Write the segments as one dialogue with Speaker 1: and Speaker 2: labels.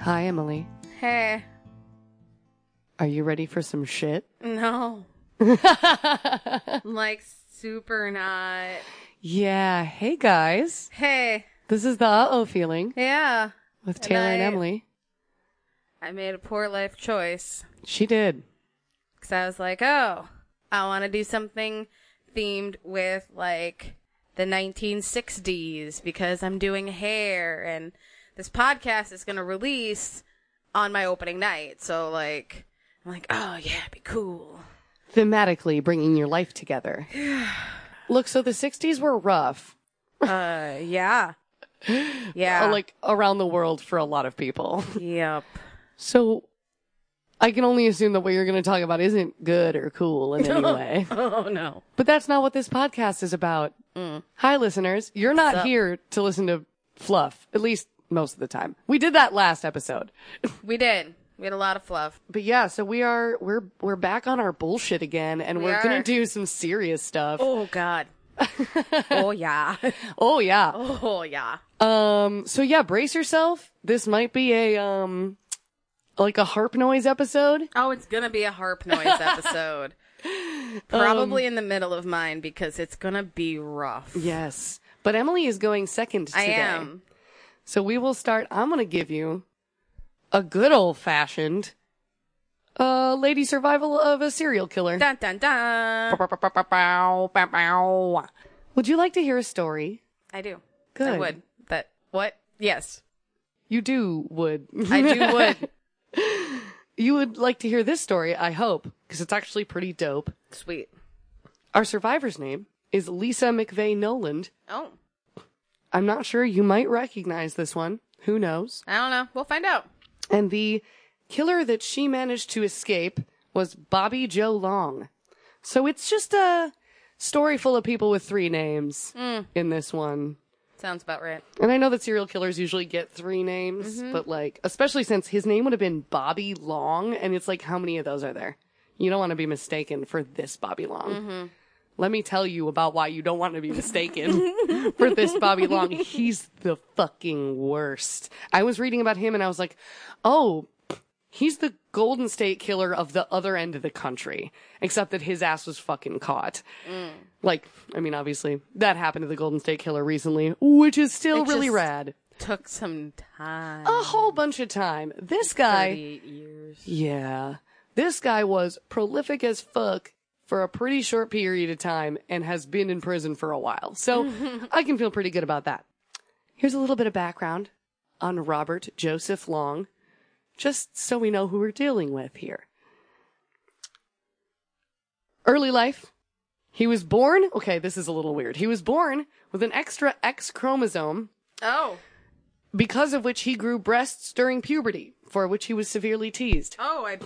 Speaker 1: Hi, Emily.
Speaker 2: Hey.
Speaker 1: Are you ready for some shit?
Speaker 2: No. I'm like super not.
Speaker 1: Yeah. Hey, guys.
Speaker 2: Hey.
Speaker 1: This is the uh oh feeling
Speaker 2: Yeah.
Speaker 1: with Taylor and
Speaker 2: I-
Speaker 1: Emily.
Speaker 2: I made a poor life choice
Speaker 1: She did.
Speaker 2: because I was like, oh, I want to do something themed with like the 1960s because I'm doing hair and this podcast is going to release on my opening night. So, like, I'm like, oh, yeah, it'd be cool.
Speaker 1: Thematically bringing your life together. Look, so the 60s were rough,
Speaker 2: Uh, yeah. Yeah.
Speaker 1: uh, like around the world for a lot of people.
Speaker 2: yep.
Speaker 1: So I can only assume that what you're going to talk about isn't good or cool in any way.
Speaker 2: Oh, no.
Speaker 1: But that's not what this podcast is about. Hi, listeners. You're not here to listen to fluff, at least most of the time. We did that last episode.
Speaker 2: We did. We had a lot of fluff.
Speaker 1: But yeah, so we are we're we're back on our bullshit again, and we are
Speaker 2: are.
Speaker 1: gonna do some serious stuff. Oh,
Speaker 2: Oh God. oh yeah.
Speaker 1: yeah.
Speaker 2: Oh yeah.
Speaker 1: Um. So yeah, brace yourself. This might be a um, like a harp noise episode.
Speaker 2: Oh, it's gonna be a harp noise episode. Um, Probably in the middle of mine because it's gonna be rough.
Speaker 1: Yes. But Emily is going second today.
Speaker 2: I am.
Speaker 1: So we will start. I'm gonna give you a good old fashioned, uh, lady survival of a serial killer.
Speaker 2: Dun dun dun.
Speaker 1: Would you like to hear a story?
Speaker 2: I do. I
Speaker 1: Good.
Speaker 2: would. But what? Yes,
Speaker 1: You do would.
Speaker 2: I do. Would.
Speaker 1: You would like to hear this story, I hope, because it's actually pretty dope.
Speaker 2: Sweet.
Speaker 1: Our survivor's name is Lisa McVeigh Noland.
Speaker 2: Oh,
Speaker 1: I'm not sure you might recognize this one. Who knows?
Speaker 2: I don't know. We'll find out.
Speaker 1: And the killer that she managed to escape was Bobby Joe Long. So it's just a story full of people with three names in this one.
Speaker 2: Sounds about right.
Speaker 1: And I know that serial killers usually get three names, but like, especially since his name would have been Bobby Long, and it's like, how many of those are there? You don't want to be mistaken for this Bobby Long. Let me tell you about why you don't want to be mistaken for this Bobby Long. He's the fucking worst. I was reading about him and I was like, oh, he's the Golden State killer of the other end of the country, except that his ass was fucking caught. Like, I mean, obviously, that happened to the Golden State Killer recently, which is still
Speaker 2: It
Speaker 1: really
Speaker 2: just-
Speaker 1: rad.
Speaker 2: Took some time.
Speaker 1: A whole bunch of time. This guy,
Speaker 2: Thirty-eight years.
Speaker 1: yeah, this guy was prolific as fuck for a pretty short period of time and has been in prison for a while. So I can feel pretty good about that. Here's a little bit of background on Robert Joseph Long, just so we know who we're dealing with here. Early life, he was born, okay, this is a little weird. He was born with an extra X chromosome
Speaker 2: Oh.
Speaker 1: because of which he grew breasts during puberty, for which he was severely teased.
Speaker 2: Oh, I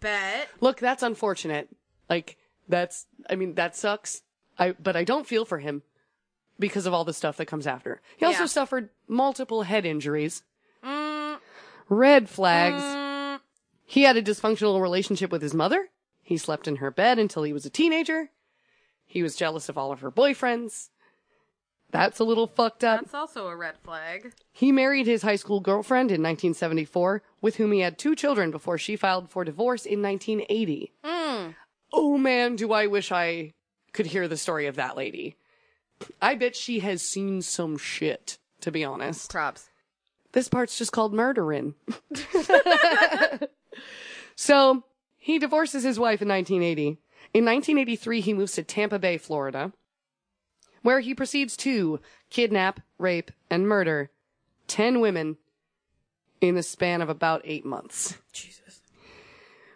Speaker 2: bet.
Speaker 1: Look, that's unfortunate. Like, that's, I mean, that sucks. I, but I don't feel for him because of all the stuff that comes after. He also
Speaker 2: Yeah.
Speaker 1: suffered multiple head injuries. Red flags. He had a dysfunctional relationship with his mother. He slept in her bed until he was a teenager. He was jealous of all of her boyfriends. That's a little fucked up.
Speaker 2: That's also a red flag.
Speaker 1: He married his high school girlfriend in 1974, with whom he had two children before she filed for divorce in 1980. Oh man, do I wish I could hear the story of that lady. I bet she has seen some shit, to be honest.
Speaker 2: Props.
Speaker 1: This part's just called murderin'. so he divorces his wife in 1980. In 1983, he moves to Tampa Bay, Florida, where he proceeds to kidnap, rape, and murder 10 women in the span of about eight months.
Speaker 2: Jesus.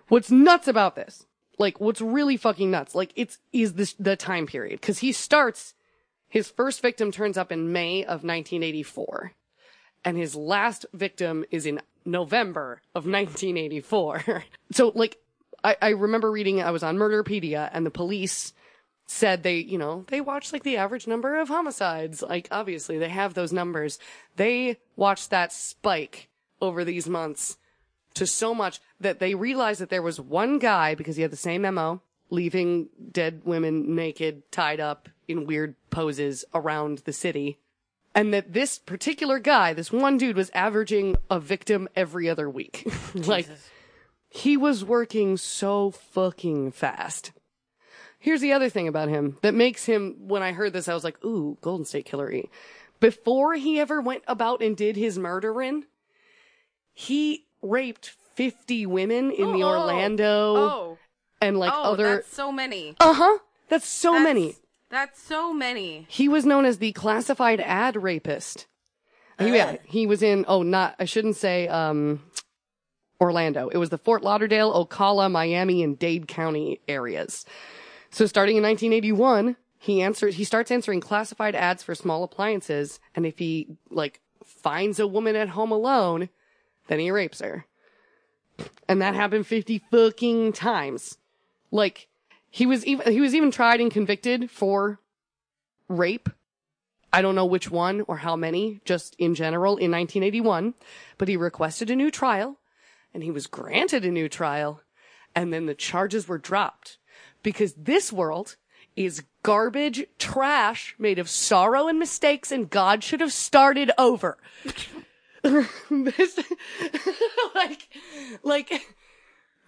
Speaker 1: What's nuts about this? Like, what's really fucking nuts? Like, it's, is this the time period? Cause he starts, his first victim turns up in May of 1984. And his last victim is in November of 1984. so, like, I, I remember reading, I was on Murderpedia and the police said they, you know, they watch like the average number of homicides. Like, obviously they have those numbers. They watched that spike over these months to so much that they realized that there was one guy because he had the same MO, leaving dead women naked, tied up in weird poses around the city and that this particular guy, this one dude, was averaging a victim every other week. like, he was working so fucking fast. Here's the other thing about him that makes him, when I heard this, I was like, ooh, Golden State Killer E. Before he ever went about and did his murdering, he raped 50 women in the
Speaker 3: Oh, oh,
Speaker 1: Orlando
Speaker 3: Oh,
Speaker 1: and like
Speaker 3: oh,
Speaker 1: other.
Speaker 3: that's so many.
Speaker 1: Uh huh. That's so
Speaker 3: That's-
Speaker 1: many.
Speaker 3: That's so many.
Speaker 1: He was known as the classified ad rapist. He- yeah, he was in, oh, not, I shouldn't say, um, Orlando. It was the Fort Lauderdale, Ocala, Miami, and Dade County areas. So starting in 1981, he answers, he starts answering classified ads for small appliances. And if he, like, finds a woman at home alone, then he rapes her. And that happened 50 fucking times. Like, he was even, he was even tried and convicted for rape. I don't know which one or how many, just in general in 1981, but he requested a new trial and he was granted a new trial and then the charges were dropped because this world is garbage trash made of sorrow and mistakes and God should have started over. this, like, like,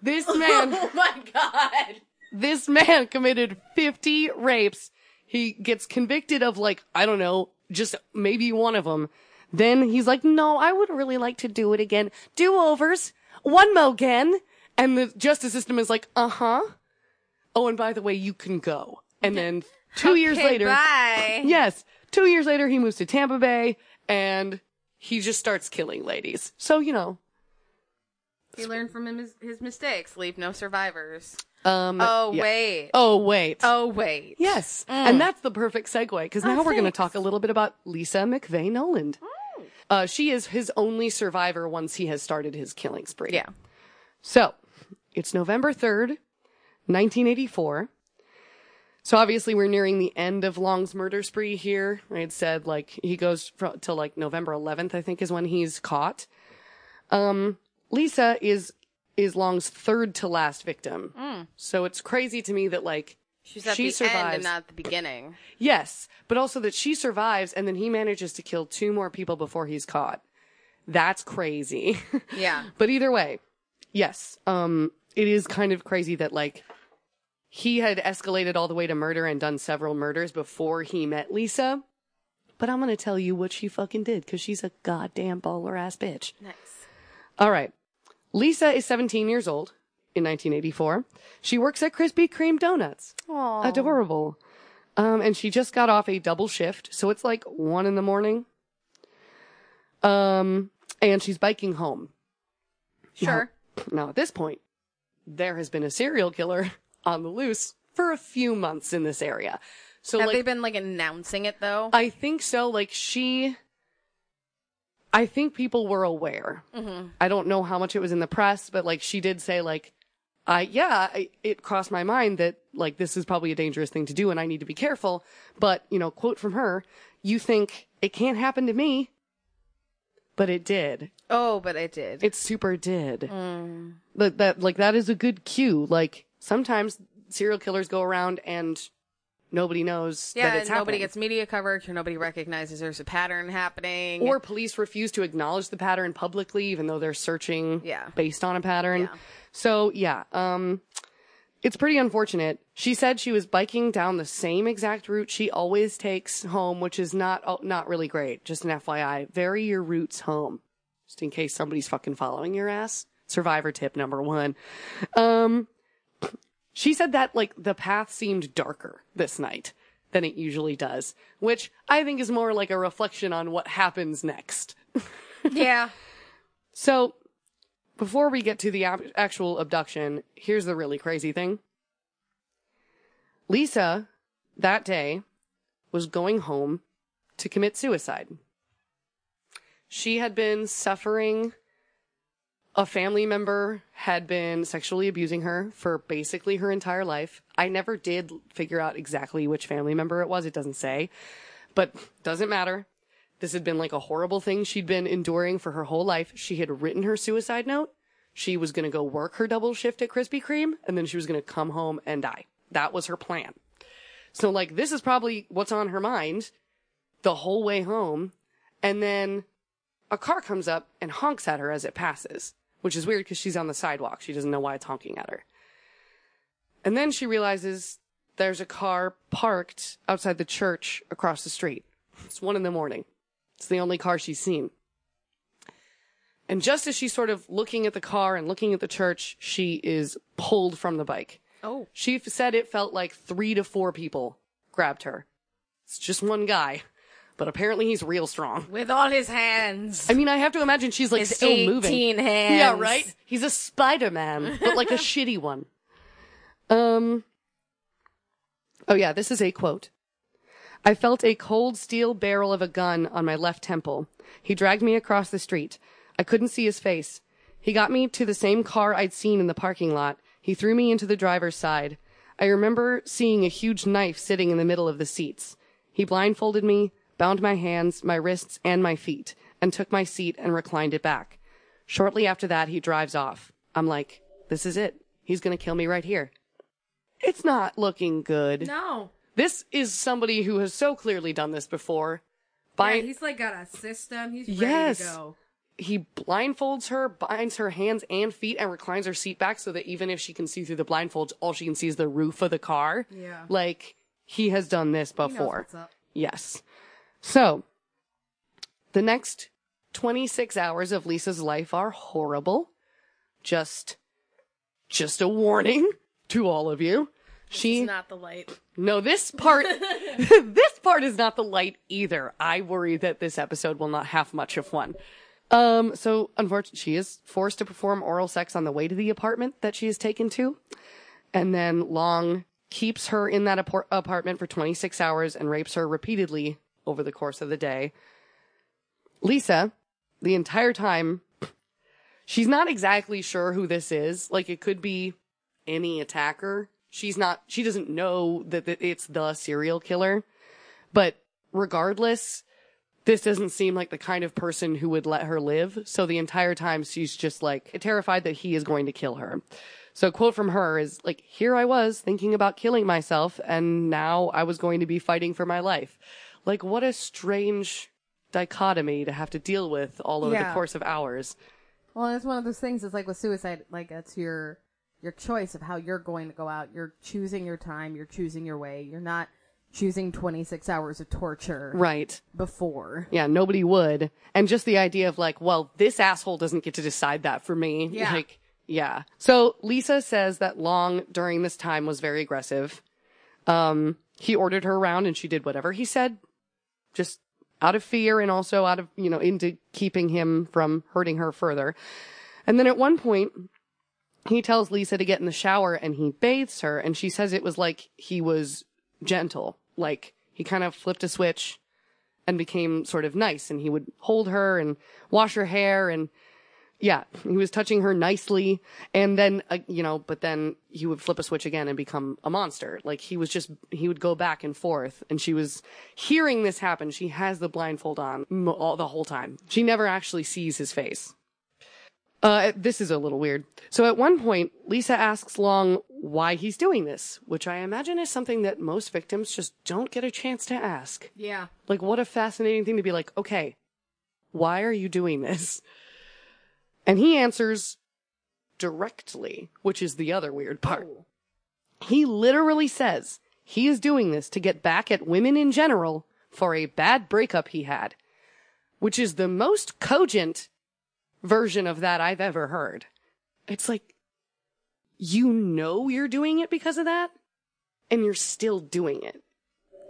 Speaker 1: this man
Speaker 3: Oh my god.
Speaker 1: this man committed 50 rapes. He gets convicted of like, I don't know, just maybe one of them. Then he's like, no, I would really like to do it again. Do overs. One mo again. And the justice system is like, uh huh. Oh, and by the way, you can go. And then two years
Speaker 3: Okay,
Speaker 1: later,
Speaker 3: Bye.
Speaker 1: yes, two years later, he moves to Tampa Bay and he just starts killing ladies. So, you know,
Speaker 3: He learned from him his, his mistakes. Leave no survivors.
Speaker 1: um,
Speaker 3: Oh
Speaker 1: yeah.
Speaker 3: wait.
Speaker 1: Oh, wait.
Speaker 3: Oh wait.
Speaker 1: Yes. And that's the perfect segue because now we're going to
Speaker 3: thanks.
Speaker 1: talk a little bit about Lisa McVeigh Noland. Uh, she is his only survivor once he has started his killing spree.
Speaker 3: Yeah.
Speaker 1: So it's November 3rd, 1984. So obviously we're nearing the end of Long's murder spree here. I had said like he goes fro- till like November 11th, I think is when he's caught. Um, Lisa is, is Long's third to last victim. So it's crazy to me that like,
Speaker 3: She's at
Speaker 1: She
Speaker 3: the end
Speaker 1: survives.
Speaker 3: and not at the beginning.
Speaker 1: Yes, but also that she survives and then he manages to kill two more people before he's caught. That's crazy.
Speaker 3: Yeah.
Speaker 1: but either way, yes, um, it is kind of crazy that like he had escalated all the way to murder and done several murders before he met Lisa. But I'm gonna tell you what she fucking did because she's a goddamn baller ass bitch.
Speaker 3: Nice.
Speaker 1: All right. Lisa is 17 years old in 1984. She works at Krispy Kreme Donuts
Speaker 3: Aww.
Speaker 1: adorable. Um, and she just got off a double shift, so it's like one in the morning. Um, and she's biking home.
Speaker 3: Sure.
Speaker 1: Now at this point, there has been a serial killer on the loose for a few months in this area. So
Speaker 3: Have
Speaker 1: like,
Speaker 3: they been like announcing it though?
Speaker 1: I think so. Like she, I think people were aware.
Speaker 3: Mm-hmm.
Speaker 1: I don't know how much it was in the press, but like she did say, like, I yeah, I, it crossed my mind that like this is probably a dangerous thing to do, and I need to be careful. But you know, quote from her: "You think it can't happen to me." But it did.
Speaker 3: oh, but I did.
Speaker 1: It super did.
Speaker 3: Mm.
Speaker 1: That that like that is a good cue. Like sometimes serial killers go around and nobody knows
Speaker 3: yeah,
Speaker 1: that it's
Speaker 3: and nobody
Speaker 1: happening.
Speaker 3: gets media coverage, or nobody recognizes there's a pattern happening.
Speaker 1: or police refuse to acknowledge the pattern publicly even though they're searching
Speaker 3: Yeah.
Speaker 1: based on a pattern
Speaker 3: Yeah.
Speaker 1: so yeah um it's pretty unfortunate she said she was biking down the same exact route she always takes home which is not oh, not really great just an fyi vary your routes home just in case somebody's fucking following your ass survivor tip number one um she said that like the path seemed darker this night than it usually does, which I think is more like a reflection on what happens next.
Speaker 3: yeah.
Speaker 1: So, before we get to the ab- actual abduction, here's the really crazy thing. Lisa, that day, was going home to commit suicide. She had been suffering. A family member had been sexually abusing her for basically her entire life. I never did figure out exactly which family member it was. It doesn't say, but doesn't matter. This had been like a horrible thing she'd been enduring for her whole life. She had written her suicide note. She was going to go work her double shift at Krispy Kreme and then she was going to come home and die. That was her plan. So like, this is probably what's on her mind the whole way home. And then a car comes up and honks at her as it passes, which is weird because she's on the sidewalk. She doesn't know why it's honking at her. And then she realizes there's a car parked outside the church across the street. It's one in the morning. It's the only car she's seen. And just as she's sort of looking at the car and looking at the church, she is pulled from the bike.
Speaker 3: Oh.
Speaker 1: She f- said it felt like three to four people grabbed her. It's just one guy, but apparently he's real strong.
Speaker 3: With all his hands.
Speaker 1: I mean, I have to imagine she's like
Speaker 3: His
Speaker 1: still
Speaker 3: 18
Speaker 1: moving.
Speaker 3: hands.
Speaker 1: Yeah, right? He's a Spider Man, but like a shitty one. Um. Oh, yeah, this is a quote. I felt a cold steel barrel of a gun on my left temple. He dragged me across the street. I couldn't see his face. He got me to the same car I'd seen in the parking lot. He threw me into the driver's side. I remember seeing a huge knife sitting in the middle of the seats. He blindfolded me, bound my hands, my wrists, and my feet, and took my seat and reclined it back. Shortly after that, he drives off. I'm like, this is it. He's going to kill me right here. It's not looking good.
Speaker 3: No.
Speaker 1: This is somebody who has so clearly done this before. By
Speaker 3: Yeah, he's like got a system. He's ready
Speaker 1: Yes.
Speaker 3: to go.
Speaker 1: he blindfolds her, binds her hands and feet, and reclines her seat back so that even if she can see through the blindfolds, all she can see is the roof of the car.
Speaker 3: Yeah.
Speaker 1: Like he has done this
Speaker 3: He knows
Speaker 1: before.
Speaker 3: what's up.
Speaker 1: Yes. So the next 26 hours of Lisa's life are horrible. Just, just a warning to all of you. She,
Speaker 3: It's not the light.
Speaker 1: no, this part, this part is not the light either. I worry that this episode will not have much of one. Um, so unfortunately, she is forced to perform oral sex on the way to the apartment that she is taken to. And then Long keeps her in that apar- apartment for 26 hours and rapes her repeatedly over the course of the day. Lisa, the entire time, she's not exactly sure who this is. Like it could be any attacker. She's not, she doesn't know that that it's the serial killer. But regardless, this doesn't seem like the kind of person who would let her live. So the entire time she's just like terrified that he is going to kill her. So a quote from her is like, here I was thinking about killing myself and now I was going to be fighting for my life. Like what a strange dichotomy to have to deal with all over the
Speaker 3: Yeah.
Speaker 1: course of hours.
Speaker 2: Well, and it's one of those things. It's like with suicide, like it's your your choice of how you're going to go out. You're choosing your time. You're choosing your way. You're not choosing 26 hours of torture
Speaker 1: Right.
Speaker 2: before.
Speaker 1: Yeah, nobody would. And just the idea of like, well, this asshole doesn't get to decide that for me.
Speaker 2: Yeah.
Speaker 1: Like, yeah. So Lisa says that Long during this time was very aggressive. Um, he ordered her around and she did whatever he said, just out of fear and also out of, you know, into keeping him from hurting her further. And then at one point, he tells Lisa to get in the shower and he bathes her and she says it was like he was gentle. Like he kind of flipped a switch and became sort of nice and he would hold her and wash her hair and yeah, he was touching her nicely and then uh, you know, but then he would flip a switch again and become a monster. Like he was just he would go back and forth and she was hearing this happen. She has the blindfold on m- all the whole time. She never actually sees his face. Uh, this is a little weird. So at one point, Lisa asks Long why he's doing this, which I imagine is something that most victims just don't get a chance to ask.
Speaker 2: Yeah.
Speaker 1: Like, what a fascinating thing to be like, okay, why are you doing this? And he answers directly, which is the other weird part. He literally says he is doing this to get back at women in general for a bad breakup he had, which is the most cogent version of that I've ever heard. It's like, you know you're doing it because of that, and you're still doing it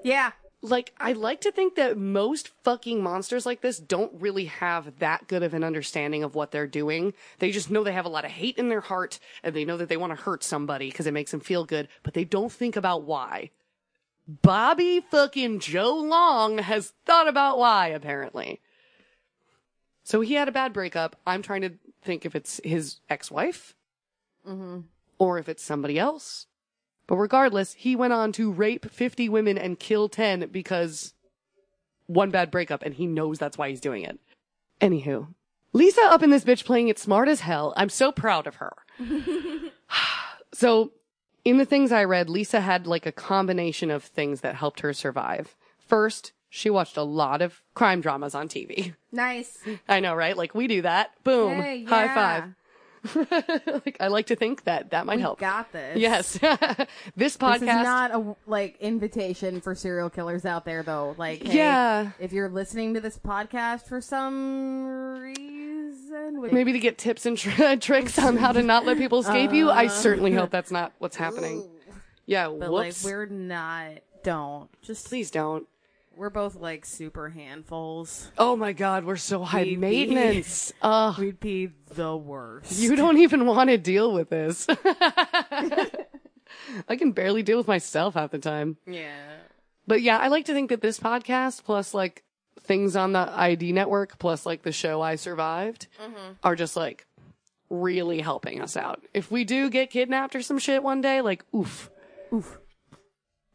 Speaker 3: Yeah.
Speaker 1: like I like to think that most fucking monsters like this don't really have that good of an understanding of what they're doing. They just know they have a lot of hate in their heart and they know that they want to hurt somebody because it makes them feel good, but they don't think about why. Bobby fucking Joe Long has thought about why apparently. So he had a bad breakup. I'm trying to think if it's his ex-wife or if it's somebody else. But regardless, he went on to rape 50 women and kill 10 because one bad breakup, and he knows that's why he's doing it. Anywho, Lisa up in this bitch playing it smart as hell. I'm so proud of her. so, in the things I read, Lisa had like a combination of things that helped her survive. First, She watched a lot of crime dramas on TV.
Speaker 3: Nice.
Speaker 1: I know, right? Like we do that. Boom.
Speaker 3: Hey, yeah.
Speaker 1: High five. like I like to think that that might
Speaker 3: We
Speaker 1: help.
Speaker 3: got this.
Speaker 1: Yes. this podcast.
Speaker 2: This is not a like invitation for serial killers out there, though. Like, hey,
Speaker 1: Yeah.
Speaker 2: if you're listening to this podcast for some reason, which-
Speaker 1: Maybe to get tips and tr- tricks on how to not let people escape you. I certainly hope that's not what's happening. Yeah.
Speaker 2: but
Speaker 1: whoops.
Speaker 2: like we're not. Don't just.
Speaker 1: Please don't.
Speaker 2: We're both like super handfuls.
Speaker 1: Oh my God, we're so high
Speaker 2: We- we-
Speaker 1: maintenance. Ugh.
Speaker 2: We'd be the worst.
Speaker 1: You don't even want to deal with this. I can barely deal with myself half the time.
Speaker 2: yeah.
Speaker 1: But yeah, I like to think that this podcast plus like things on the ID network plus like the show I survived
Speaker 2: Mm-hmm.
Speaker 1: are just like really helping us out. If we do get kidnapped or some shit one day, like oof.
Speaker 2: Oof.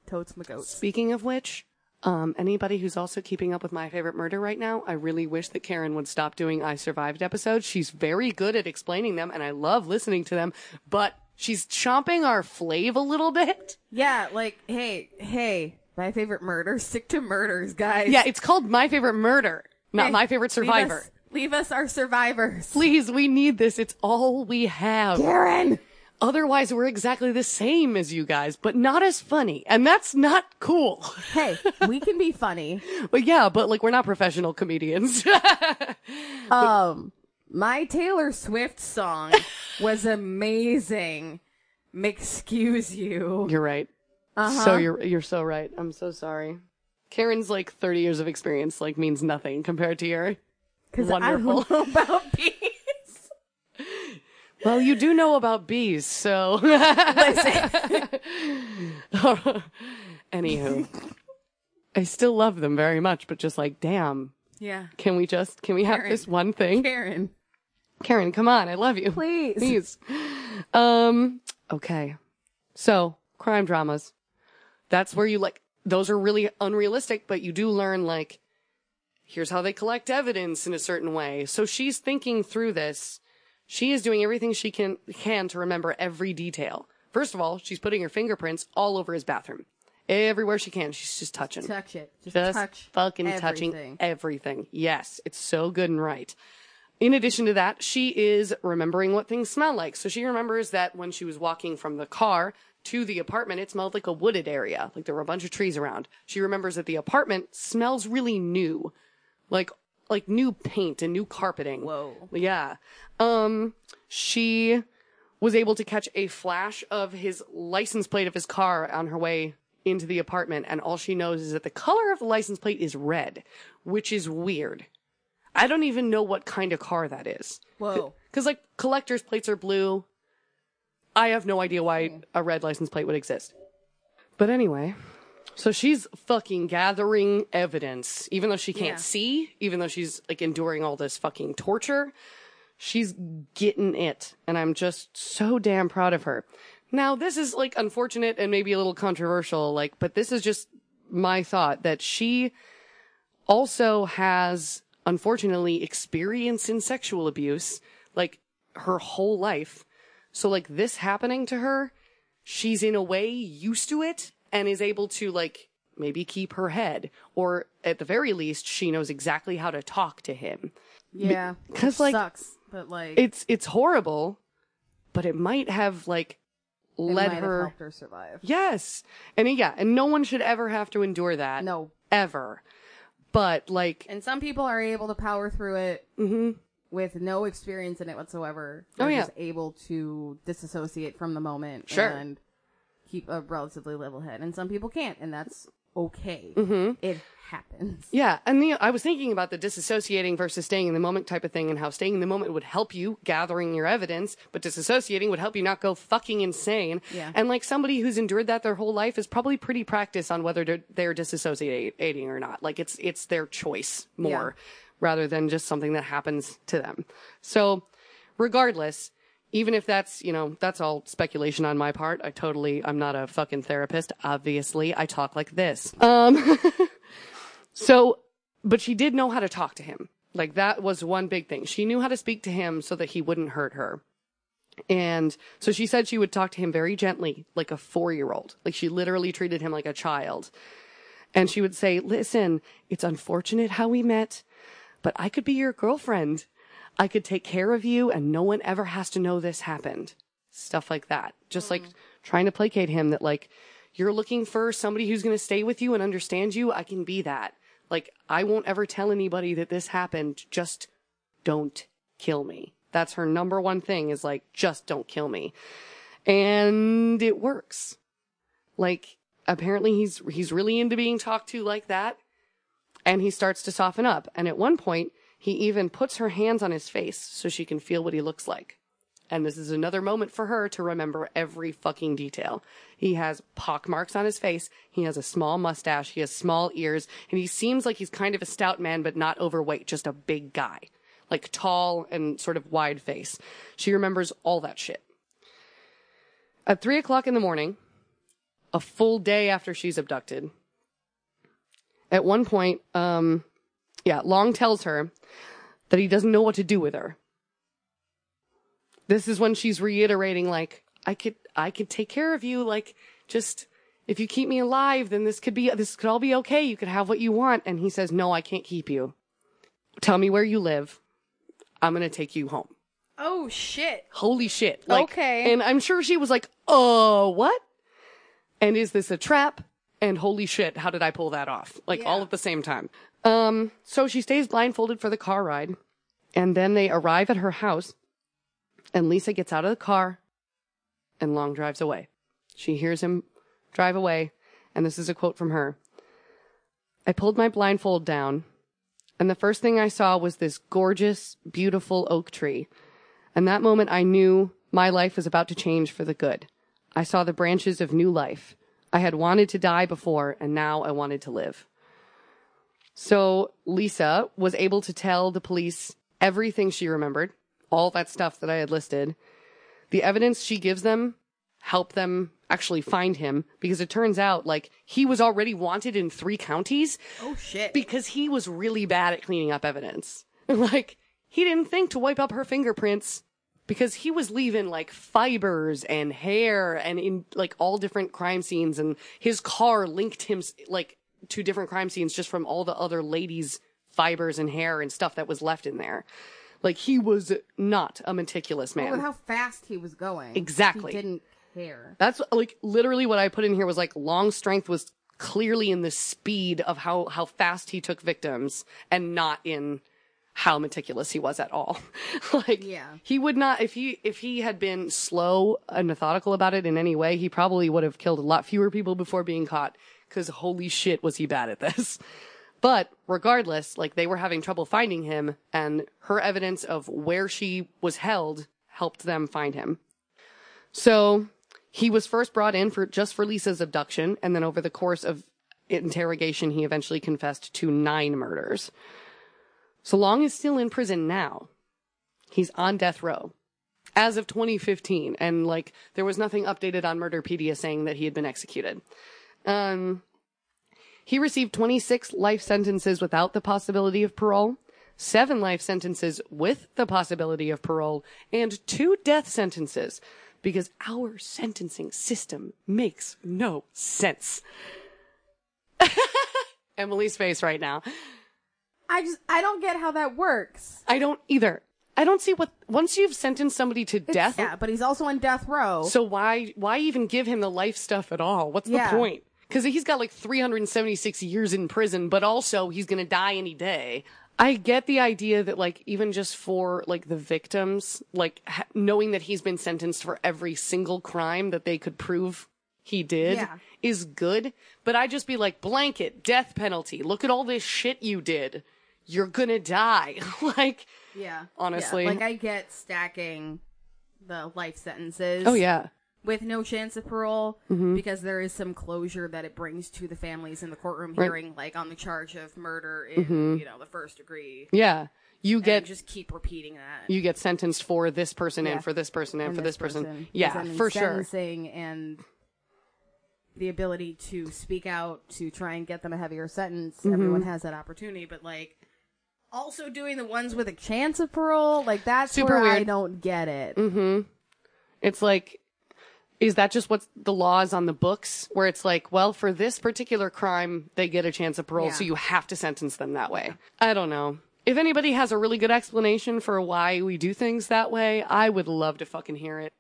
Speaker 2: Totes my goats.
Speaker 1: Speaking of which, um, anybody who's also keeping up with my favorite murder right now, I really wish that Karen would stop doing I Survived episodes. She's very good at explaining them and I love listening to them, but she's chomping our flave a little bit.
Speaker 2: Yeah, like hey, hey, my favorite murder. Stick to murders, guys.
Speaker 1: Yeah, it's called My Favorite Murder, not
Speaker 2: Hey,
Speaker 1: My Favorite
Speaker 2: leave
Speaker 1: Survivor.
Speaker 2: us- Leave us, our survivors.
Speaker 1: Please, we need this. It's all we have.
Speaker 2: Karen.
Speaker 1: Otherwise, we're exactly the same as you guys, but not as funny. And that's not cool.
Speaker 2: Hey, we can be funny.
Speaker 1: But yeah, but like, we're not professional comedians.
Speaker 2: Um, my Taylor Swift song was amazing. Excuse you.
Speaker 1: you're right. So you're, you're so right. I'm so sorry. Karen's like 30 years of experience, like means nothing compared to your.
Speaker 2: Because I
Speaker 1: Wonderful.
Speaker 2: don't know about bees.
Speaker 1: Well, you do know about bees, so. Anywho. I still love them very much, but just like, damn,
Speaker 2: Yeah.
Speaker 1: can we just, can we have
Speaker 2: Karen.
Speaker 1: this one thing?
Speaker 2: Karen,
Speaker 1: Karen, come on. I love you.
Speaker 2: please.
Speaker 1: Please. Um, okay. So crime dramas. That's where you like, those are really unrealistic, but you do learn like, here's how they collect evidence in a certain way. So she's thinking through this. She is doing everything she can, can to remember every detail. First of all, she's putting her fingerprints all over his bathroom. Everywhere she can, she's just touching
Speaker 2: Touch it. Just,
Speaker 1: just
Speaker 2: touch
Speaker 1: fucking touching
Speaker 2: everything.
Speaker 1: everything. Yes, it's so good and right. In addition to that, she is remembering what things smell like. So she remembers that when she was walking from the car to the apartment, it smelled like a wooded area. Like there were a bunch of trees around. She remembers that the apartment smells really new. Like, like new paint and new carpeting.
Speaker 2: Whoa.
Speaker 1: Yeah. Um, she was able to catch a flash of his license plate of his car on her way into the apartment. And all she knows is that the color of the license plate is red, which is weird. I don't even know what kind of car that is.
Speaker 2: Whoa.
Speaker 1: Cause like collector's plates are blue. I have no idea why a red license plate would exist. But anyway, so she's fucking gathering evidence, even though she can't
Speaker 3: Yeah.
Speaker 1: see, even though she's like enduring all this fucking torture. She's getting it. And I'm just so damn proud of her. Now, this is like unfortunate and maybe a little controversial, like, but this is just my thought that she also has, unfortunately, experience in sexual abuse, like her whole life. So like this happening to her, she's in a way used to it and is able to like maybe keep her head or at the very least she knows exactly how to talk to him.
Speaker 2: Yeah.
Speaker 1: 'cause,
Speaker 2: Which
Speaker 1: like,
Speaker 2: sucks, but like
Speaker 1: It's it's horrible, but it might have like
Speaker 2: it
Speaker 1: led
Speaker 2: might have
Speaker 1: her
Speaker 2: helped her survive.
Speaker 1: Yes. And yeah, and no one should ever have to endure that.
Speaker 2: No.
Speaker 1: Ever. But like
Speaker 2: And some people are able to power through it with no experience in it whatsoever.
Speaker 1: Mm-hmm. Oh,
Speaker 2: They're
Speaker 1: yeah.
Speaker 2: just able to disassociate from the moment
Speaker 1: Sure.
Speaker 2: and keep a relatively level head. And some people can't, and that's okay.
Speaker 1: Mm-hmm.
Speaker 2: It happens.
Speaker 1: Yeah, and the, I was thinking about the disassociating versus staying in the moment type of thing, and how staying in the moment would help you gathering your evidence, but disassociating would help you not go fucking insane.
Speaker 2: Yeah.
Speaker 1: And like somebody who's endured that their whole life is probably pretty practiced on whether they're, they're disassociating or not. Like it's it's their choice more, rather than just something that happens to them. So, regardless, even if that's you know that's all speculation on my part, I totally I'm not a fucking therapist. Obviously, I talk like this. Um. So, but she did know how to talk to him. Like that was one big thing. She knew how to speak to him so that he wouldn't hurt her. And so she said she would talk to him very gently, like a four year old. Like she literally treated him like a child. And she would say, listen, it's unfortunate how we met, but I could be your girlfriend. I could take care of you and no one ever has to know this happened. Stuff like that. Just like trying to placate him that like, you're looking for somebody who's going to stay with you and understand you. I can be that. Like, I won't ever tell anybody that this happened. Just don't kill me. That's her number one thing is like, just don't kill me. And it works. Like, apparently he's, he's really into being talked to like that. And he starts to soften up. And at one point, he even puts her hands on his face so she can feel what he looks like. And this is another moment for her to remember every fucking detail. He has pock marks on his face. He has a small mustache. He has small ears. And he seems like he's kind of a stout man, but not overweight, just a big guy. Like tall and sort of wide face. She remembers all that shit. At three o'clock in the morning, a full day after she's abducted, at one point, um, yeah, Long tells her that he doesn't know what to do with her this is when she's reiterating like i could i could take care of you like just if you keep me alive then this could be this could all be okay you could have what you want and he says no i can't keep you tell me where you live i'm going to take you home
Speaker 3: Oh shit.
Speaker 1: holy shit like
Speaker 3: Okay.
Speaker 1: and i'm sure she was like oh what and is this a trap and holy shit how did i pull that off like all at the same time um so she stays blindfolded for the car ride and then they arrive at her house and Lisa gets out of the car and Long drives away. She hears him drive away, and this is a quote from her I pulled my blindfold down, and the first thing I saw was this gorgeous, beautiful oak tree. And that moment I knew my life was about to change for the good. I saw the branches of new life. I had wanted to die before, and now I wanted to live. So Lisa was able to tell the police everything she remembered, all that stuff that I had listed. The evidence she gives them help them actually find him because it turns out like he was already wanted in three counties
Speaker 2: Oh shit.
Speaker 1: because he was really bad at cleaning up evidence. Like, he didn't think to wipe up her fingerprints because he was leaving like fibers and hair and in like all different crime scenes and his car linked him like to different crime scenes just from all the other ladies' fibers and hair and stuff that was left in there. Like, he was not a meticulous man.
Speaker 2: with how fast he was going.
Speaker 1: Exactly.
Speaker 2: He didn't care.
Speaker 1: That's like literally what I put in here was like long strength was clearly in the speed of how how fast he took victims and not in how meticulous he was at all. like
Speaker 2: Yeah.
Speaker 1: he would not if he if he had been slow and methodical about it in any way, he probably would have killed a lot fewer people before being caught cuz holy shit was he bad at this. But regardless, like they were having trouble finding him and her evidence of where she was held helped them find him. So he was first brought in for just for Lisa's abduction, and then over the course of interrogation, he eventually confessed to nine murders. So Long is still in prison now. He's on death row as of 2015, and like there was nothing updated on Murderpedia saying that he had been executed. Um, he received 26 life sentences without the possibility of parole, seven life sentences with the possibility of parole, and two death sentences because our sentencing system makes no sense. Emily's face right now.
Speaker 2: I just I don't get how that works.
Speaker 1: I don't either. I don't see what once you've sentenced somebody to death,
Speaker 2: Yeah, but he's also on death row.
Speaker 1: so why why even give him the life stuff at all? What's
Speaker 2: Yeah.
Speaker 1: the point? Because he's got like 376 years in prison, but also he's gonna die any day. I get the idea that like even just for like the victims, like ha- knowing that he's been sentenced for every single crime that they could prove he did
Speaker 2: Yeah.
Speaker 1: is good. But I just be like blanket death penalty. Look at all this shit you did. You're gonna die. like
Speaker 2: yeah.
Speaker 1: honestly.
Speaker 2: Yeah, Like I get stacking the life sentences.
Speaker 1: oh yeah.
Speaker 2: With no chance of parole
Speaker 1: Mm-hmm.
Speaker 2: because there is some closure that it brings to the families in the courtroom hearing like on the charge of murder in, you know, the first degree.
Speaker 1: Yeah. You
Speaker 2: And
Speaker 1: Mm-hmm. get
Speaker 2: just keep repeating that.
Speaker 1: you get sentenced for this person
Speaker 2: Yeah.
Speaker 1: and for this person and,
Speaker 2: And
Speaker 1: for this person.
Speaker 2: because, I
Speaker 1: Yeah,
Speaker 2: mean,
Speaker 1: for sure.
Speaker 2: sentencing and the ability to speak out to try and get them a heavier sentence.
Speaker 1: Mm-hmm.
Speaker 2: Everyone has that opportunity, but like also doing the ones with a chance of parole, like that's
Speaker 1: Super Mm.
Speaker 2: where I
Speaker 1: weird.
Speaker 2: don't get it.
Speaker 1: It's like Is that just what the law is on the books where it's like, well, for this particular crime, they get a chance of parole,
Speaker 4: Yeah.
Speaker 1: so you have to sentence them that way? I don't know. If anybody has a really good explanation for why we do things that way, I would love to fucking hear it.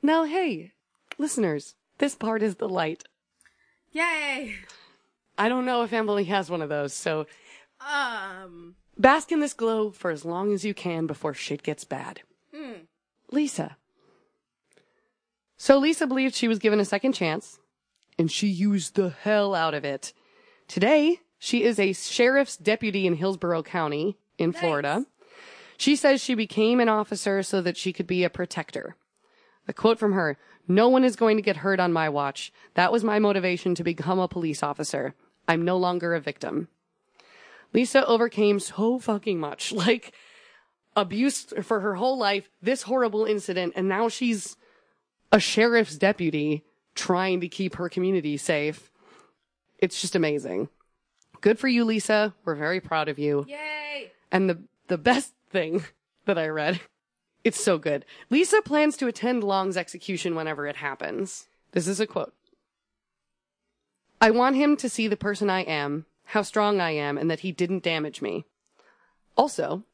Speaker 1: Now, hey, listeners, this part is the light.
Speaker 2: Yay.
Speaker 1: I don't know if Emily has one of those, so
Speaker 2: Um.
Speaker 1: bask in this glow for as long as you can before shit gets bad.
Speaker 2: Hmm.
Speaker 1: Lisa. So Lisa believed she was given a second chance, and she used the hell out of it. Today, she is a sheriff's deputy in Hillsborough County in Florida. She says she became an officer so that she could be a protector. A quote from her No one is going to get hurt on my watch. That was my motivation to become a police officer. I'm no longer a victim. Lisa overcame so fucking much. Like, abuse for her whole life, this horrible incident, and now she's a sheriff's deputy trying to keep her community safe. It's just amazing. Good for you, Lisa. We're very proud of you.
Speaker 2: Yay.
Speaker 1: And the the best thing that I read, it's so good. Lisa plans to attend Long's execution whenever it happens. This is a quote. I want him to see the person I am, how strong I am, and that he didn't damage me. Also,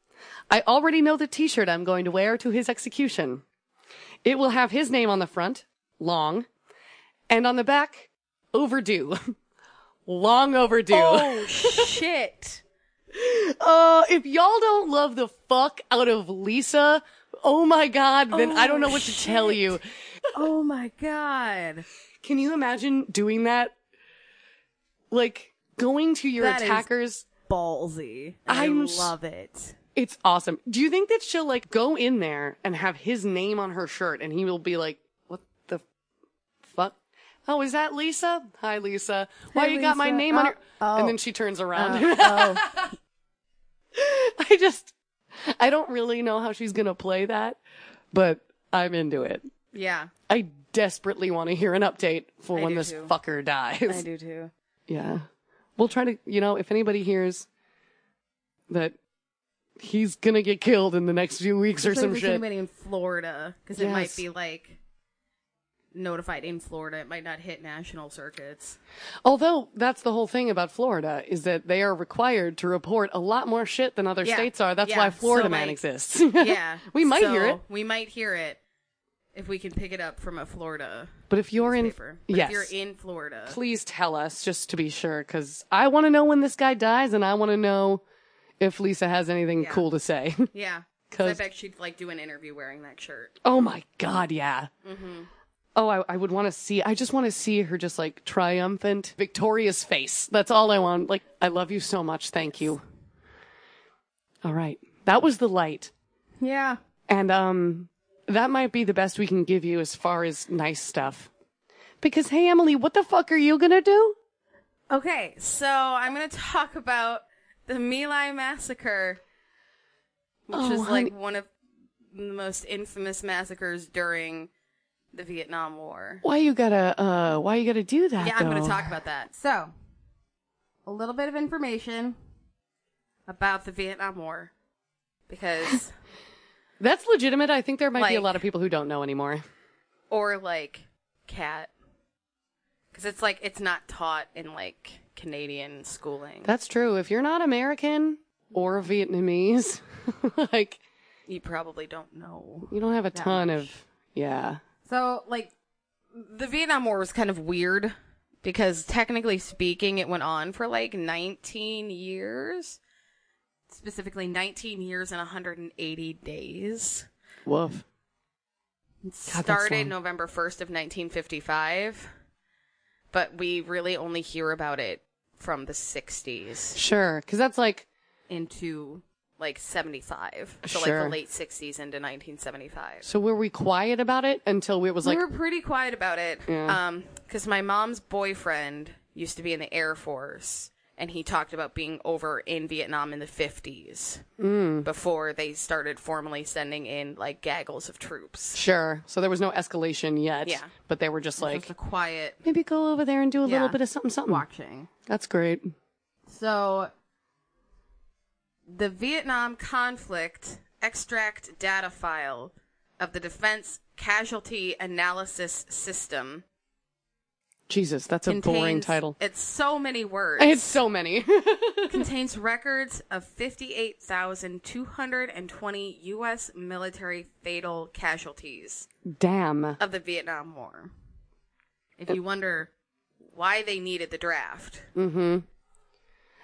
Speaker 1: I already know the t-shirt I'm going to wear to his execution. It will have his name on the front, Long, and on the back, overdue. Long overdue.
Speaker 2: Oh shit.
Speaker 1: Uh, if y'all don't love the fuck out of Lisa, oh my god, then I don't know what to tell
Speaker 2: shit.
Speaker 1: you.
Speaker 2: Oh my god.
Speaker 1: Can you imagine doing that? Like, going to your
Speaker 2: That is-
Speaker 1: attackers.
Speaker 2: Ballsy. I
Speaker 1: I'm s-
Speaker 2: love it.
Speaker 1: It's awesome. Do you think that she'll like go in there and have his name on her shirt and he will be like, what the fuck? Oh, is that Lisa? Hi, Lisa. Why you got my
Speaker 4: Lisa.
Speaker 1: name on
Speaker 4: Oh,
Speaker 1: your,
Speaker 4: oh.
Speaker 1: and then she turns around.
Speaker 4: oh,
Speaker 1: I just, I don't really know how she's going to play that, but I'm into it.
Speaker 2: Yeah,
Speaker 1: I desperately want to hear an update for
Speaker 2: I
Speaker 1: when
Speaker 2: do
Speaker 1: this
Speaker 2: too.
Speaker 1: fucker
Speaker 2: I
Speaker 1: dies.
Speaker 2: do too.
Speaker 1: Yeah. We'll try to, you know, if anybody hears that he's going to get killed in the next few weeks or
Speaker 4: So
Speaker 1: some
Speaker 4: there's
Speaker 1: shit.
Speaker 4: anybody in Florida because it might
Speaker 1: Yes.
Speaker 4: be like notified in Florida. It might not hit national circuits.
Speaker 1: Although that's the whole thing about Florida is that they are required to report a lot more shit than other
Speaker 4: Yeah.
Speaker 1: states are. That's
Speaker 4: Yeah.
Speaker 1: why Florida
Speaker 4: So,
Speaker 1: Man
Speaker 4: like-
Speaker 1: exists.
Speaker 4: Yeah,
Speaker 1: we might
Speaker 4: So
Speaker 1: hear it.
Speaker 4: We might hear it if we can pick it up from a Florida
Speaker 1: But if you're in,
Speaker 4: newspaper. But
Speaker 1: yes,
Speaker 4: if you're in Florida,
Speaker 1: please tell us just to be sure because I want to know when this guy dies and I want to know if Lisa has anything
Speaker 4: Yeah.
Speaker 1: cool to say.
Speaker 4: yeah, 'Cause I
Speaker 1: Because
Speaker 4: bet she'd like do an interview wearing that shirt.
Speaker 1: oh my god, yeah.
Speaker 2: Mm-hmm.
Speaker 1: Oh, I, I would want to see. I just want to see her just like triumphant, victorious face. That's all I want. Like, I love you so much. Thank you. All right, that was the light.
Speaker 4: Yeah,
Speaker 1: And um that might be the best we can give you as far as nice stuff. Because hey Emily, what the fuck are you gonna do?
Speaker 2: Okay, so I'm gonna talk about the My Lai massacre, which
Speaker 1: Oh,
Speaker 2: was
Speaker 1: honey.
Speaker 2: like one of the most infamous massacres during the Vietnam War.
Speaker 1: Why you gotta uh why you gotta do that?
Speaker 2: Yeah, I'm gonna
Speaker 1: though?
Speaker 2: talk about that.
Speaker 4: so
Speaker 2: a little bit of information about the Vietnam War because
Speaker 1: That's legitimate. I think there might be a
Speaker 2: Like-
Speaker 1: lot of people who don't know anymore.
Speaker 2: or like cat cuz it's like it's not taught in like Canadian schooling.
Speaker 1: That's true. If you're not American or Vietnamese, like
Speaker 2: you probably don't know.
Speaker 1: you don't have a
Speaker 2: That
Speaker 1: ton
Speaker 2: much.
Speaker 1: of yeah.
Speaker 4: so like
Speaker 2: The Vietnam War was kind of weird because technically speaking it went on for like 19 years. Specifically 19 years and 180 days.
Speaker 1: Woof. that's
Speaker 2: started
Speaker 1: long.
Speaker 2: November 1st of 1955, but we really only hear about it from the 60s
Speaker 1: Sure, because that's like
Speaker 2: into like 75. So like
Speaker 1: Sure.
Speaker 2: the late 60s into 1975.
Speaker 1: so were we quiet about it until it was like
Speaker 2: we were pretty quiet about it.
Speaker 1: Yeah.
Speaker 2: Um, cause my mom's boyfriend used to be in the Air Force and he talked about being over in Vietnam in the 50s
Speaker 1: Mm.
Speaker 2: before they started formally sending in like gaggles of troops.
Speaker 1: sure. So there was no escalation yet.
Speaker 2: Yeah.
Speaker 1: But they were just
Speaker 4: it's
Speaker 1: like
Speaker 4: a quiet
Speaker 1: maybe go over there and do a
Speaker 2: Yeah.
Speaker 1: little bit of something something.
Speaker 4: watching.
Speaker 1: That's great.
Speaker 4: So
Speaker 2: the Vietnam conflict extract data file of the Defense Casualty Analysis System.
Speaker 1: Jesus, that's a boring
Speaker 2: Contains-
Speaker 1: title.
Speaker 2: It's so many words.
Speaker 1: I had so many.
Speaker 2: contains records of 58,220 U.S. military fatal casualties
Speaker 1: Damn.
Speaker 2: of the Vietnam War. If you wonder why they needed the draft,
Speaker 1: Mm-hmm.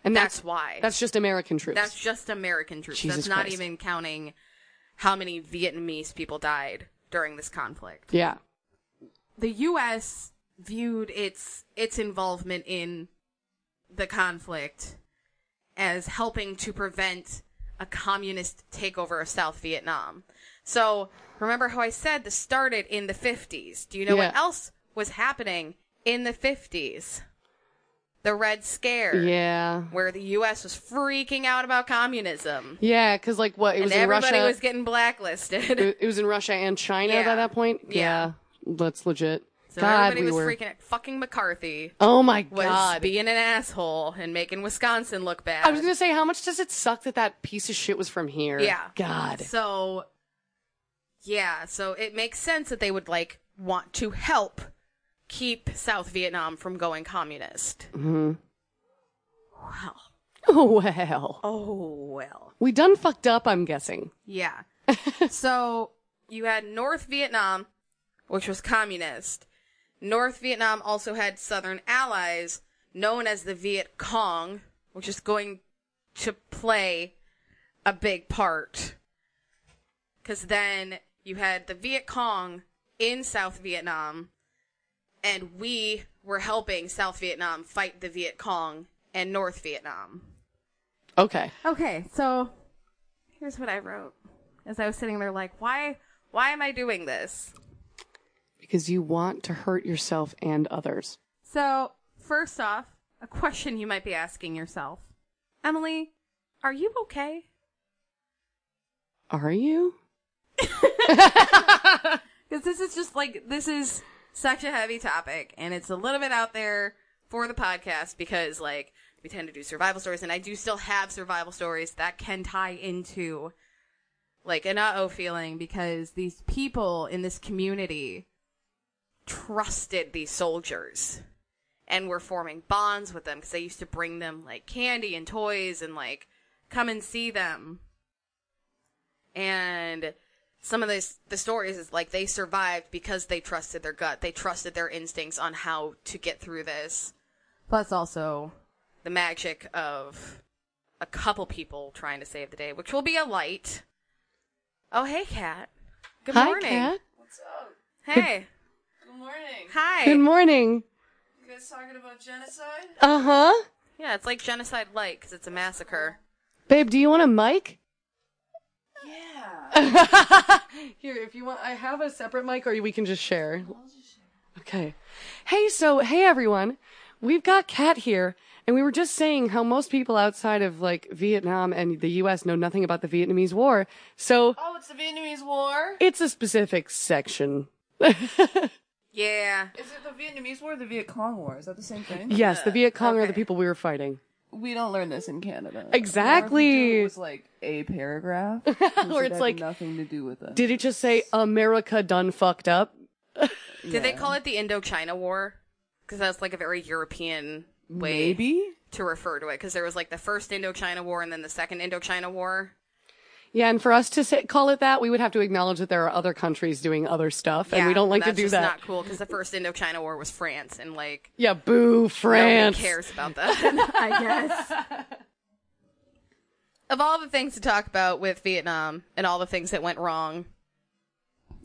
Speaker 1: And
Speaker 2: that's,
Speaker 1: that's
Speaker 2: why.
Speaker 1: that's just American troops.
Speaker 2: That's just American troops.
Speaker 1: Jesus
Speaker 2: that's not
Speaker 1: Christ.
Speaker 2: even counting how many Vietnamese people died during this conflict.
Speaker 1: yeah.
Speaker 2: The U.S. viewed its its involvement in the conflict as helping to prevent a communist takeover of South Vietnam. So remember how I said this started in the 50s. Do you know what
Speaker 1: Yeah.
Speaker 2: else was happening in the 50s? The Red Scare,
Speaker 1: Yeah.
Speaker 2: where the U.S. was freaking out about communism.
Speaker 1: Yeah, because like what it was
Speaker 2: and
Speaker 1: in
Speaker 2: everybody
Speaker 1: Russia.
Speaker 2: was getting blacklisted.
Speaker 1: it it was in Russia and China
Speaker 2: Yeah.
Speaker 1: by that point.
Speaker 2: Yeah.
Speaker 1: Yeah, that's legit.
Speaker 2: so
Speaker 1: God,
Speaker 2: everybody
Speaker 1: we
Speaker 2: was
Speaker 1: were.
Speaker 2: freaking at fucking McCarthy
Speaker 1: oh my
Speaker 2: was
Speaker 1: god!
Speaker 2: being an asshole and making Wisconsin look bad.
Speaker 1: I was gonna say, how much does it suck that that piece of shit was from here?
Speaker 2: Yeah.
Speaker 1: God.
Speaker 2: So, yeah, so it makes sense that they would like want to help keep South Vietnam from going communist.
Speaker 1: hmm
Speaker 2: Well,
Speaker 1: Oh well.
Speaker 2: oh well.
Speaker 1: We done fucked up. I'm guessing.
Speaker 2: Yeah. so you had North Vietnam, which was communist. North Vietnam also had Southern allies known as the Viet Cong, which is going to play a big part. Because then you had the Viet Cong in South Vietnam, and we were helping South Vietnam fight the Viet Cong and North Vietnam.
Speaker 1: Okay.
Speaker 2: Okay, so here's what I wrote as I was sitting there like, why why am I doing this?
Speaker 1: Because you want to hurt yourself and others.
Speaker 2: So, first off, a question you might be asking yourself. Emily, are you okay?
Speaker 1: Are you?
Speaker 2: Cuz this is just like this is such a heavy topic and it's a little bit out there for the podcast because like we tend to do survival stories and I do still have survival stories that can tie into like an uh-oh feeling because these people in this community trusted these soldiers and were forming bonds with them because they used to bring them like candy and toys and like come and see them and some of this, the stories is like they survived because they trusted their gut they trusted their instincts on how to get through this
Speaker 5: Plus, also,
Speaker 2: the magic of a couple people trying to save the day which will be a light oh hey cat good
Speaker 1: Hi,
Speaker 2: morning
Speaker 1: Kat.
Speaker 2: hey
Speaker 6: Good morning.
Speaker 2: hi
Speaker 1: Good morning.
Speaker 6: You guys talking about genocide?
Speaker 1: Uh huh.
Speaker 2: yeah it's like genocide light because it's a massacre
Speaker 1: Babe, do you want a mic?
Speaker 6: Yeah.
Speaker 1: Here, if you want, I have a separate mic, or we can just share. Okay. Hey, so hey everyone, we've got Kat here, and we were just saying how most people outside of like Vietnam and the U.S. know nothing about the Vietnamese War, so
Speaker 6: Oh, it's the Vietnamese War.
Speaker 1: it's a specific section.
Speaker 2: yeah
Speaker 6: Is it the Vietnamese War or the Viet Cong War? Is that the same thing?
Speaker 1: yes, the Viet Cong are
Speaker 2: okay.
Speaker 1: the people we were fighting.
Speaker 6: We don't learn this in Canada.
Speaker 1: Exactly.
Speaker 6: Or if we do, it was like a paragraph, which
Speaker 1: Or
Speaker 6: would
Speaker 1: it's
Speaker 6: have
Speaker 1: like-
Speaker 6: nothing to do with us.
Speaker 1: Did it just say America done fucked up?
Speaker 2: did they call it the indochina war because that's like a very european way
Speaker 6: Maybe.
Speaker 2: to refer to it because there was like the first Indochina War and then the second Indochina War.
Speaker 1: Yeah, and for us to say, call it that, we would have to acknowledge that there are other countries doing other stuff, and we don't like to
Speaker 2: that's
Speaker 1: do
Speaker 2: just
Speaker 1: that.
Speaker 2: Not cool because the first Indochina War was France and like
Speaker 1: Yeah, boo, France.
Speaker 2: nobody cares about that.
Speaker 5: I guess.
Speaker 2: of all the things to talk about with Vietnam and all the things that went wrong,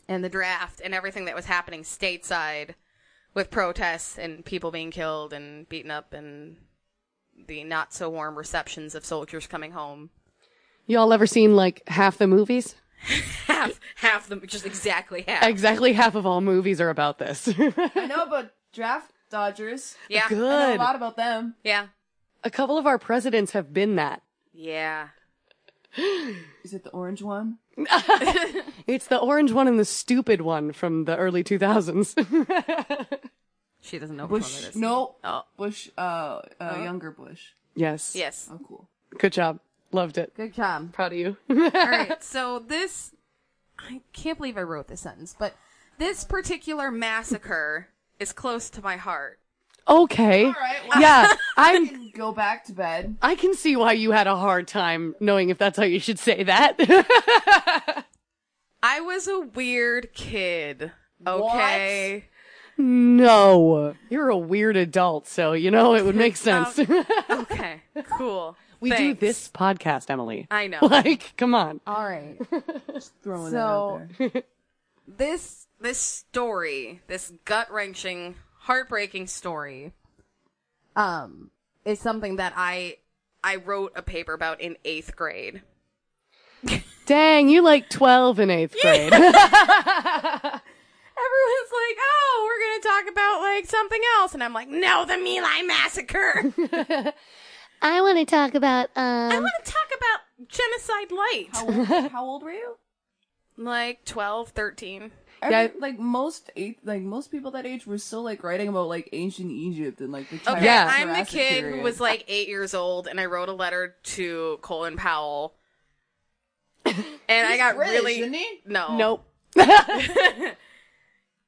Speaker 2: and the draft and everything that was happening stateside with protests and people being killed and beaten up and the not so warm receptions of soldiers coming home.
Speaker 1: Y'all ever seen like half the movies?
Speaker 2: Half, half them, just exactly half.
Speaker 1: Exactly half of all movies are about this.
Speaker 6: I know about draft dodgers.
Speaker 2: yeah,
Speaker 6: I know
Speaker 1: Good.
Speaker 6: a lot about them.
Speaker 2: yeah,
Speaker 1: A couple of our presidents have been that.
Speaker 2: yeah.
Speaker 6: Is it the orange one?
Speaker 1: It's the orange one and the stupid one from the early 2000s.
Speaker 2: She doesn't know which one it
Speaker 6: Bush.
Speaker 2: is.
Speaker 6: No.
Speaker 2: Oh.
Speaker 6: Bush. Uh, uh, younger Bush.
Speaker 1: yes.
Speaker 2: Yes.
Speaker 6: Oh, cool.
Speaker 1: Good job. Loved it.
Speaker 5: Good job.
Speaker 1: Proud of you.
Speaker 2: All right. So this I can't believe I wrote this sentence, but this particular massacre is close to my heart.
Speaker 1: Okay.
Speaker 6: All right, well,
Speaker 1: Yeah,
Speaker 6: I
Speaker 1: I'm.
Speaker 6: can go back to bed.
Speaker 1: I can see why you had a hard time knowing if that's how you should say that.
Speaker 2: I was a weird kid. Okay.
Speaker 1: no, you're a weird adult, so you know it would make sense.
Speaker 2: Okay. Cool.
Speaker 1: we
Speaker 2: Oh, Thanks.
Speaker 1: do this podcast, Emily.
Speaker 2: I know.
Speaker 1: Like, come on.
Speaker 7: All right.
Speaker 6: Throwing it
Speaker 7: So-
Speaker 6: out there.
Speaker 2: this this story, this gut wrenching, heartbreaking story,
Speaker 7: Um,
Speaker 2: is something that I I wrote a paper about in eighth grade.
Speaker 1: Dang, you like 12 in eighth grade.
Speaker 2: Everyone's like, "Oh, we're gonna talk about like something else," and I'm like, "No, the Milai massacre.
Speaker 1: I want to talk about,
Speaker 2: I
Speaker 1: um,
Speaker 2: want to talk about genocide light."
Speaker 6: How old, how old were you?
Speaker 2: Like 12, 13.
Speaker 6: Every-
Speaker 1: Yeah.
Speaker 6: like most eighth, like most people that age were still like writing about like ancient Egypt and like the Tri-
Speaker 2: Okay,
Speaker 1: Yeah.
Speaker 2: I'm the
Speaker 6: Jurassic
Speaker 2: kid who
Speaker 6: period.
Speaker 2: was like eight years old, and I wrote a letter to Colin Powell, and I got
Speaker 6: British,
Speaker 2: really
Speaker 6: isn't he?
Speaker 2: no,
Speaker 1: nope.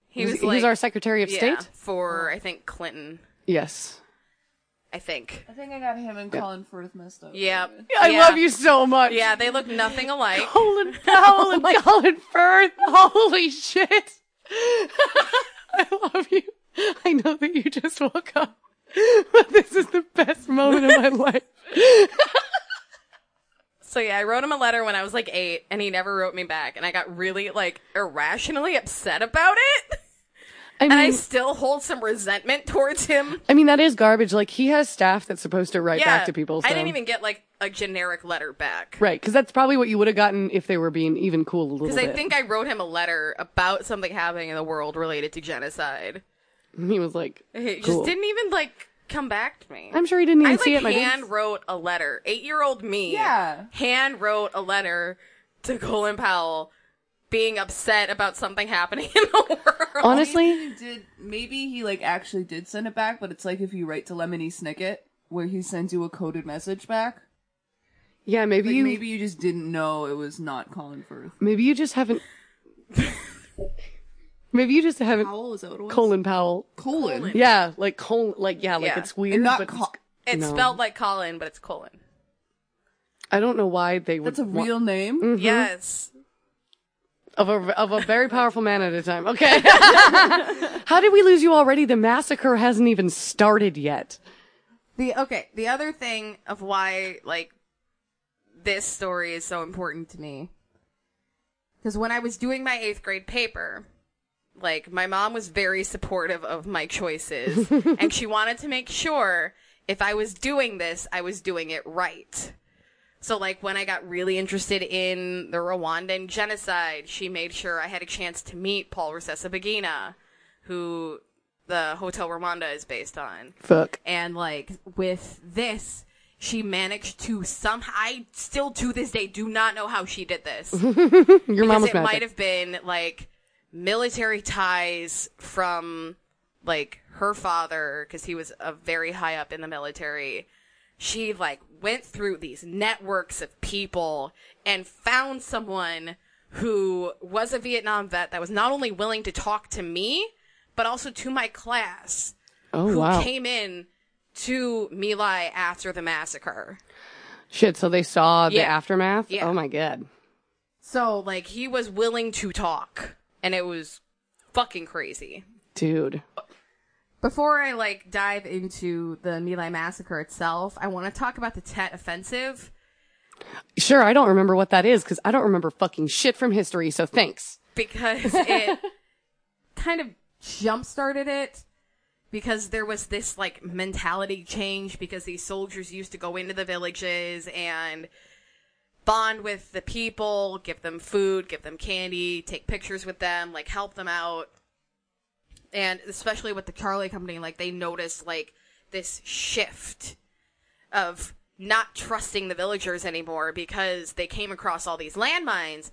Speaker 2: He was
Speaker 1: He's
Speaker 2: like
Speaker 1: our Secretary of
Speaker 2: yeah,
Speaker 1: State?
Speaker 2: for I think Clinton.
Speaker 1: Yes.
Speaker 2: I think.
Speaker 6: I think I got him and Colin Firth messed up.
Speaker 2: Yep.
Speaker 1: I
Speaker 2: Yeah.
Speaker 1: love you so much.
Speaker 2: Yeah, Oh they look nothing alike.
Speaker 1: Colin Powell and Colin Firth. Holy shit. I love you. I know that you just woke up, but this is the best moment of my life.
Speaker 2: So yeah, I wrote him a letter when I was like eight, and he never wrote me back, and I got really like irrationally upset about it,
Speaker 1: I mean,
Speaker 2: and I
Speaker 1: I,
Speaker 2: still hold some resentment towards him.
Speaker 1: mean, that is garbage. Like, he has staff that's supposed to write
Speaker 2: Yeah,
Speaker 1: back to people. So.
Speaker 2: I didn't even get like a generic letter back
Speaker 1: Right, because that's probably what you would have gotten if they were being even cool a little
Speaker 2: because
Speaker 1: bit.
Speaker 2: I think I wrote him a letter about something happening in the world related to genocide.
Speaker 1: he was like,
Speaker 2: It
Speaker 1: cool.
Speaker 2: just didn't even like come back to me.
Speaker 1: I'm sure he didn't even
Speaker 2: I
Speaker 1: see it.
Speaker 2: like
Speaker 1: and I didn't-
Speaker 2: hand wrote a letter. Eight year old me.
Speaker 6: Yeah.
Speaker 2: Hand wrote a letter to Colin Powell being upset about something happening in the world.
Speaker 1: Honestly,
Speaker 6: Maybe he did maybe he like actually did send it back, but it's like if you write to Lemony Snicket, where he sends you a coded message back.
Speaker 1: yeah, maybe
Speaker 6: Like
Speaker 1: you
Speaker 6: maybe you just didn't know it was not Colin Firth.
Speaker 1: Maybe you just haven't. Maybe you just haven't.
Speaker 6: Powell is that what it was?
Speaker 1: Colin Powell.
Speaker 6: Colin.
Speaker 2: Colin.
Speaker 1: Yeah, like Colin. Like yeah, like
Speaker 2: Yeah.
Speaker 1: it's weird.
Speaker 6: And not
Speaker 1: but
Speaker 6: Col-
Speaker 2: it's
Speaker 1: No.
Speaker 2: spelled like Colin, but it's Colin.
Speaker 1: I don't know why they would.
Speaker 6: That's a
Speaker 1: want-
Speaker 6: real name.
Speaker 1: Mm.
Speaker 2: Yes.
Speaker 1: of a of a very powerful man at a time. Okay. How did we lose you already? The massacre hasn't even started yet.
Speaker 2: The okay, the other thing of why like this story is so important to me cuz when I was doing my 8th grade paper, like my mom was very supportive of my choices and she wanted to make sure if I was doing this, I was doing it right. So like when I got really interested in the Rwandan genocide, she made sure I had a chance to meet Paul Rusesabagina, who the Hotel Rwanda is based on
Speaker 1: Fuck.
Speaker 2: and like with this she managed to somehow i still to this day do not know how she did this
Speaker 1: Your mom
Speaker 2: because
Speaker 1: was
Speaker 2: it might
Speaker 1: magic.
Speaker 2: have been like military ties from like her father because he was a very high up in the military she like went through these networks of people and found someone who was a vietnam vet that was not only willing to talk to me but also to my class
Speaker 1: Oh
Speaker 2: who
Speaker 1: wow.
Speaker 2: came in to Milai after the massacre.
Speaker 1: Shit. So they saw the
Speaker 2: Yeah.
Speaker 1: aftermath.
Speaker 2: Yeah.
Speaker 1: Oh my god.
Speaker 2: So, like, he was willing to talk, and it was fucking crazy.
Speaker 1: Dude.
Speaker 2: Before I, like,
Speaker 7: like dive into the Milai massacre itself. I want to talk about the
Speaker 2: Tet offensive,
Speaker 1: Sure, I don't remember what that is because I don't remember fucking shit from history. So thanks.
Speaker 2: because it
Speaker 7: kind of jump started it.
Speaker 2: because there was this like mentality change because these soldiers used to go into the villages and bond with the people, give them food, give them candy, take pictures with them, like help them out. And especially with the Charlie Company, like they noticed like this shift of not trusting the villagers anymore because they came across all these landmines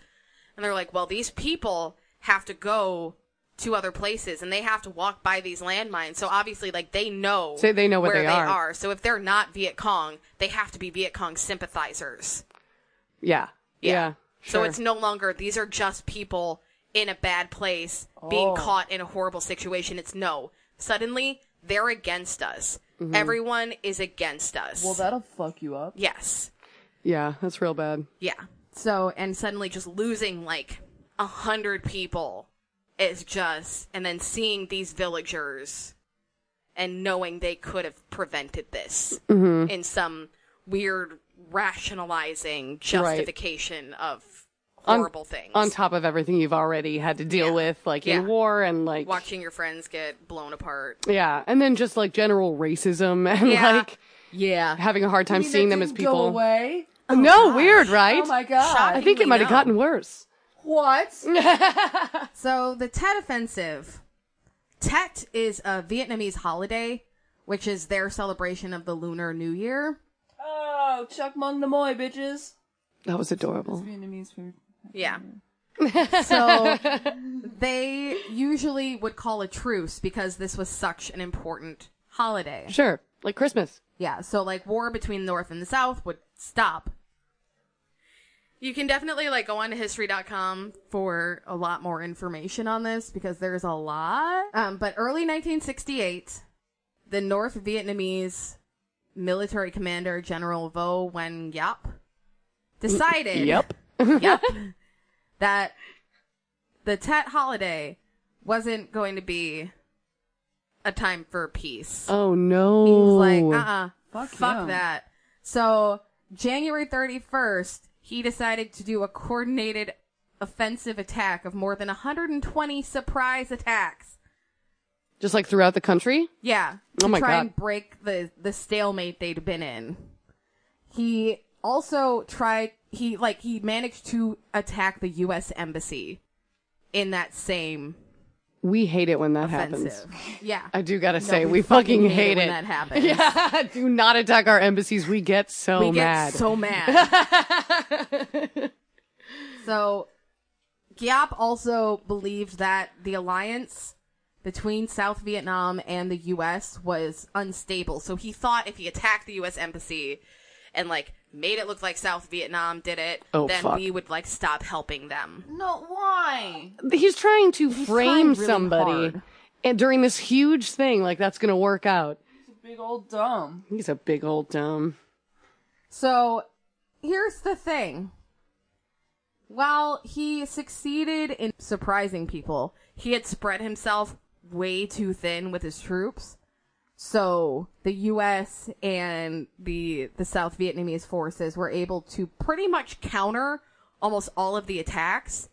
Speaker 2: and they're like, well, these people have to go to other places and they have to walk by these landmines. So obviously, like, they know,
Speaker 1: So they know what
Speaker 2: where
Speaker 1: they
Speaker 2: they
Speaker 1: are.
Speaker 2: are. So if they're not Viet Cong, they have to be Viet Cong sympathizers.
Speaker 1: Yeah.
Speaker 2: Yeah.
Speaker 1: Yeah.
Speaker 3: So
Speaker 1: Sure.
Speaker 3: it's no longer these are just people in a bad place being
Speaker 6: Oh.
Speaker 3: caught in a horrible situation. It's no. Suddenly they're against us. Everyone is against us.
Speaker 6: Well, that'll fuck you up.
Speaker 3: yes.
Speaker 1: Yeah, that's real bad.
Speaker 3: Yeah.
Speaker 2: So and
Speaker 3: and suddenly just losing like a hundred people is just and then seeing these villagers and knowing they could have prevented this in some weird rationalizing justification of
Speaker 1: On-
Speaker 3: horrible things
Speaker 1: On top of everything you've already had to deal
Speaker 3: Yeah.
Speaker 1: with, like
Speaker 3: Yeah.
Speaker 1: in war and like
Speaker 3: watching your friends get blown apart
Speaker 1: yeah, and then just like general racism and
Speaker 3: Yeah.
Speaker 1: like
Speaker 2: yeah,
Speaker 1: having a hard time
Speaker 6: I mean,
Speaker 1: seeing
Speaker 6: that
Speaker 1: them as
Speaker 6: didn't go
Speaker 1: people.
Speaker 6: away.
Speaker 1: no, weird, right?
Speaker 6: Oh my god.
Speaker 1: I think
Speaker 3: Shockingly
Speaker 1: it might have
Speaker 3: no.
Speaker 1: gotten worse.
Speaker 6: What?
Speaker 2: so the Tet Offensive. Tet is a Vietnamese holiday, which is their celebration of the Lunar New Year.
Speaker 6: Oh, Chuck Mung Namoy, bitches.
Speaker 1: That was adorable.
Speaker 6: Vietnamese food.
Speaker 3: yeah
Speaker 2: So they usually would call a truce because this was such an important holiday.
Speaker 1: Sure, like Christmas.
Speaker 2: Yeah, so like war between North and the South would stop.
Speaker 3: you can definitely like go on to history.com
Speaker 2: for a lot more information on this because there's a lot. Um, but early 1968, the North Vietnamese military commander General Vo Wen Yap decided
Speaker 1: Yep.
Speaker 2: yep, that the Tet holiday wasn't going to be a time for peace.
Speaker 1: Oh no.
Speaker 2: He was like, uh uh
Speaker 6: Fuck
Speaker 2: fuck,
Speaker 6: yeah.
Speaker 2: that. So, January 31st, he decided to do a coordinated offensive attack of more than 120 surprise attacks.
Speaker 1: Just like throughout the country.
Speaker 2: Yeah.
Speaker 1: Oh
Speaker 2: to
Speaker 1: my
Speaker 2: try
Speaker 1: God.
Speaker 2: and break the, the stalemate they'd been in. He also tried, he, like, he managed to attack the U.S. Embassy in that same
Speaker 1: We hate it when that happens.
Speaker 2: offensive. Yeah.
Speaker 1: I do gotta say,
Speaker 2: we
Speaker 1: we, fucking,
Speaker 2: fucking hate it
Speaker 1: hate,
Speaker 2: when
Speaker 1: it.
Speaker 2: that happens.
Speaker 1: Yeah, do not attack our embassies. We get so
Speaker 2: we
Speaker 1: mad.
Speaker 2: get so mad. so, Giap also believed that the alliance between South Vietnam and the U.S. was unstable. So he thought if he attacked the U.S. embassy
Speaker 3: and like made it look like south vietnam did it
Speaker 1: Oh,
Speaker 3: then
Speaker 1: fuck.
Speaker 3: we would like stop helping them
Speaker 6: No, why?
Speaker 1: He's trying to frame
Speaker 2: trying really
Speaker 1: somebody
Speaker 2: hard.
Speaker 1: and during this huge thing, like that's gonna work out.
Speaker 6: Big old dumb.
Speaker 1: He's a big old dumb.
Speaker 2: So here's the thing. While he succeeded in surprising people, he had spread himself way too thin with his troops. So the US and the the South Vietnamese forces were able to pretty much counter almost all of the attacks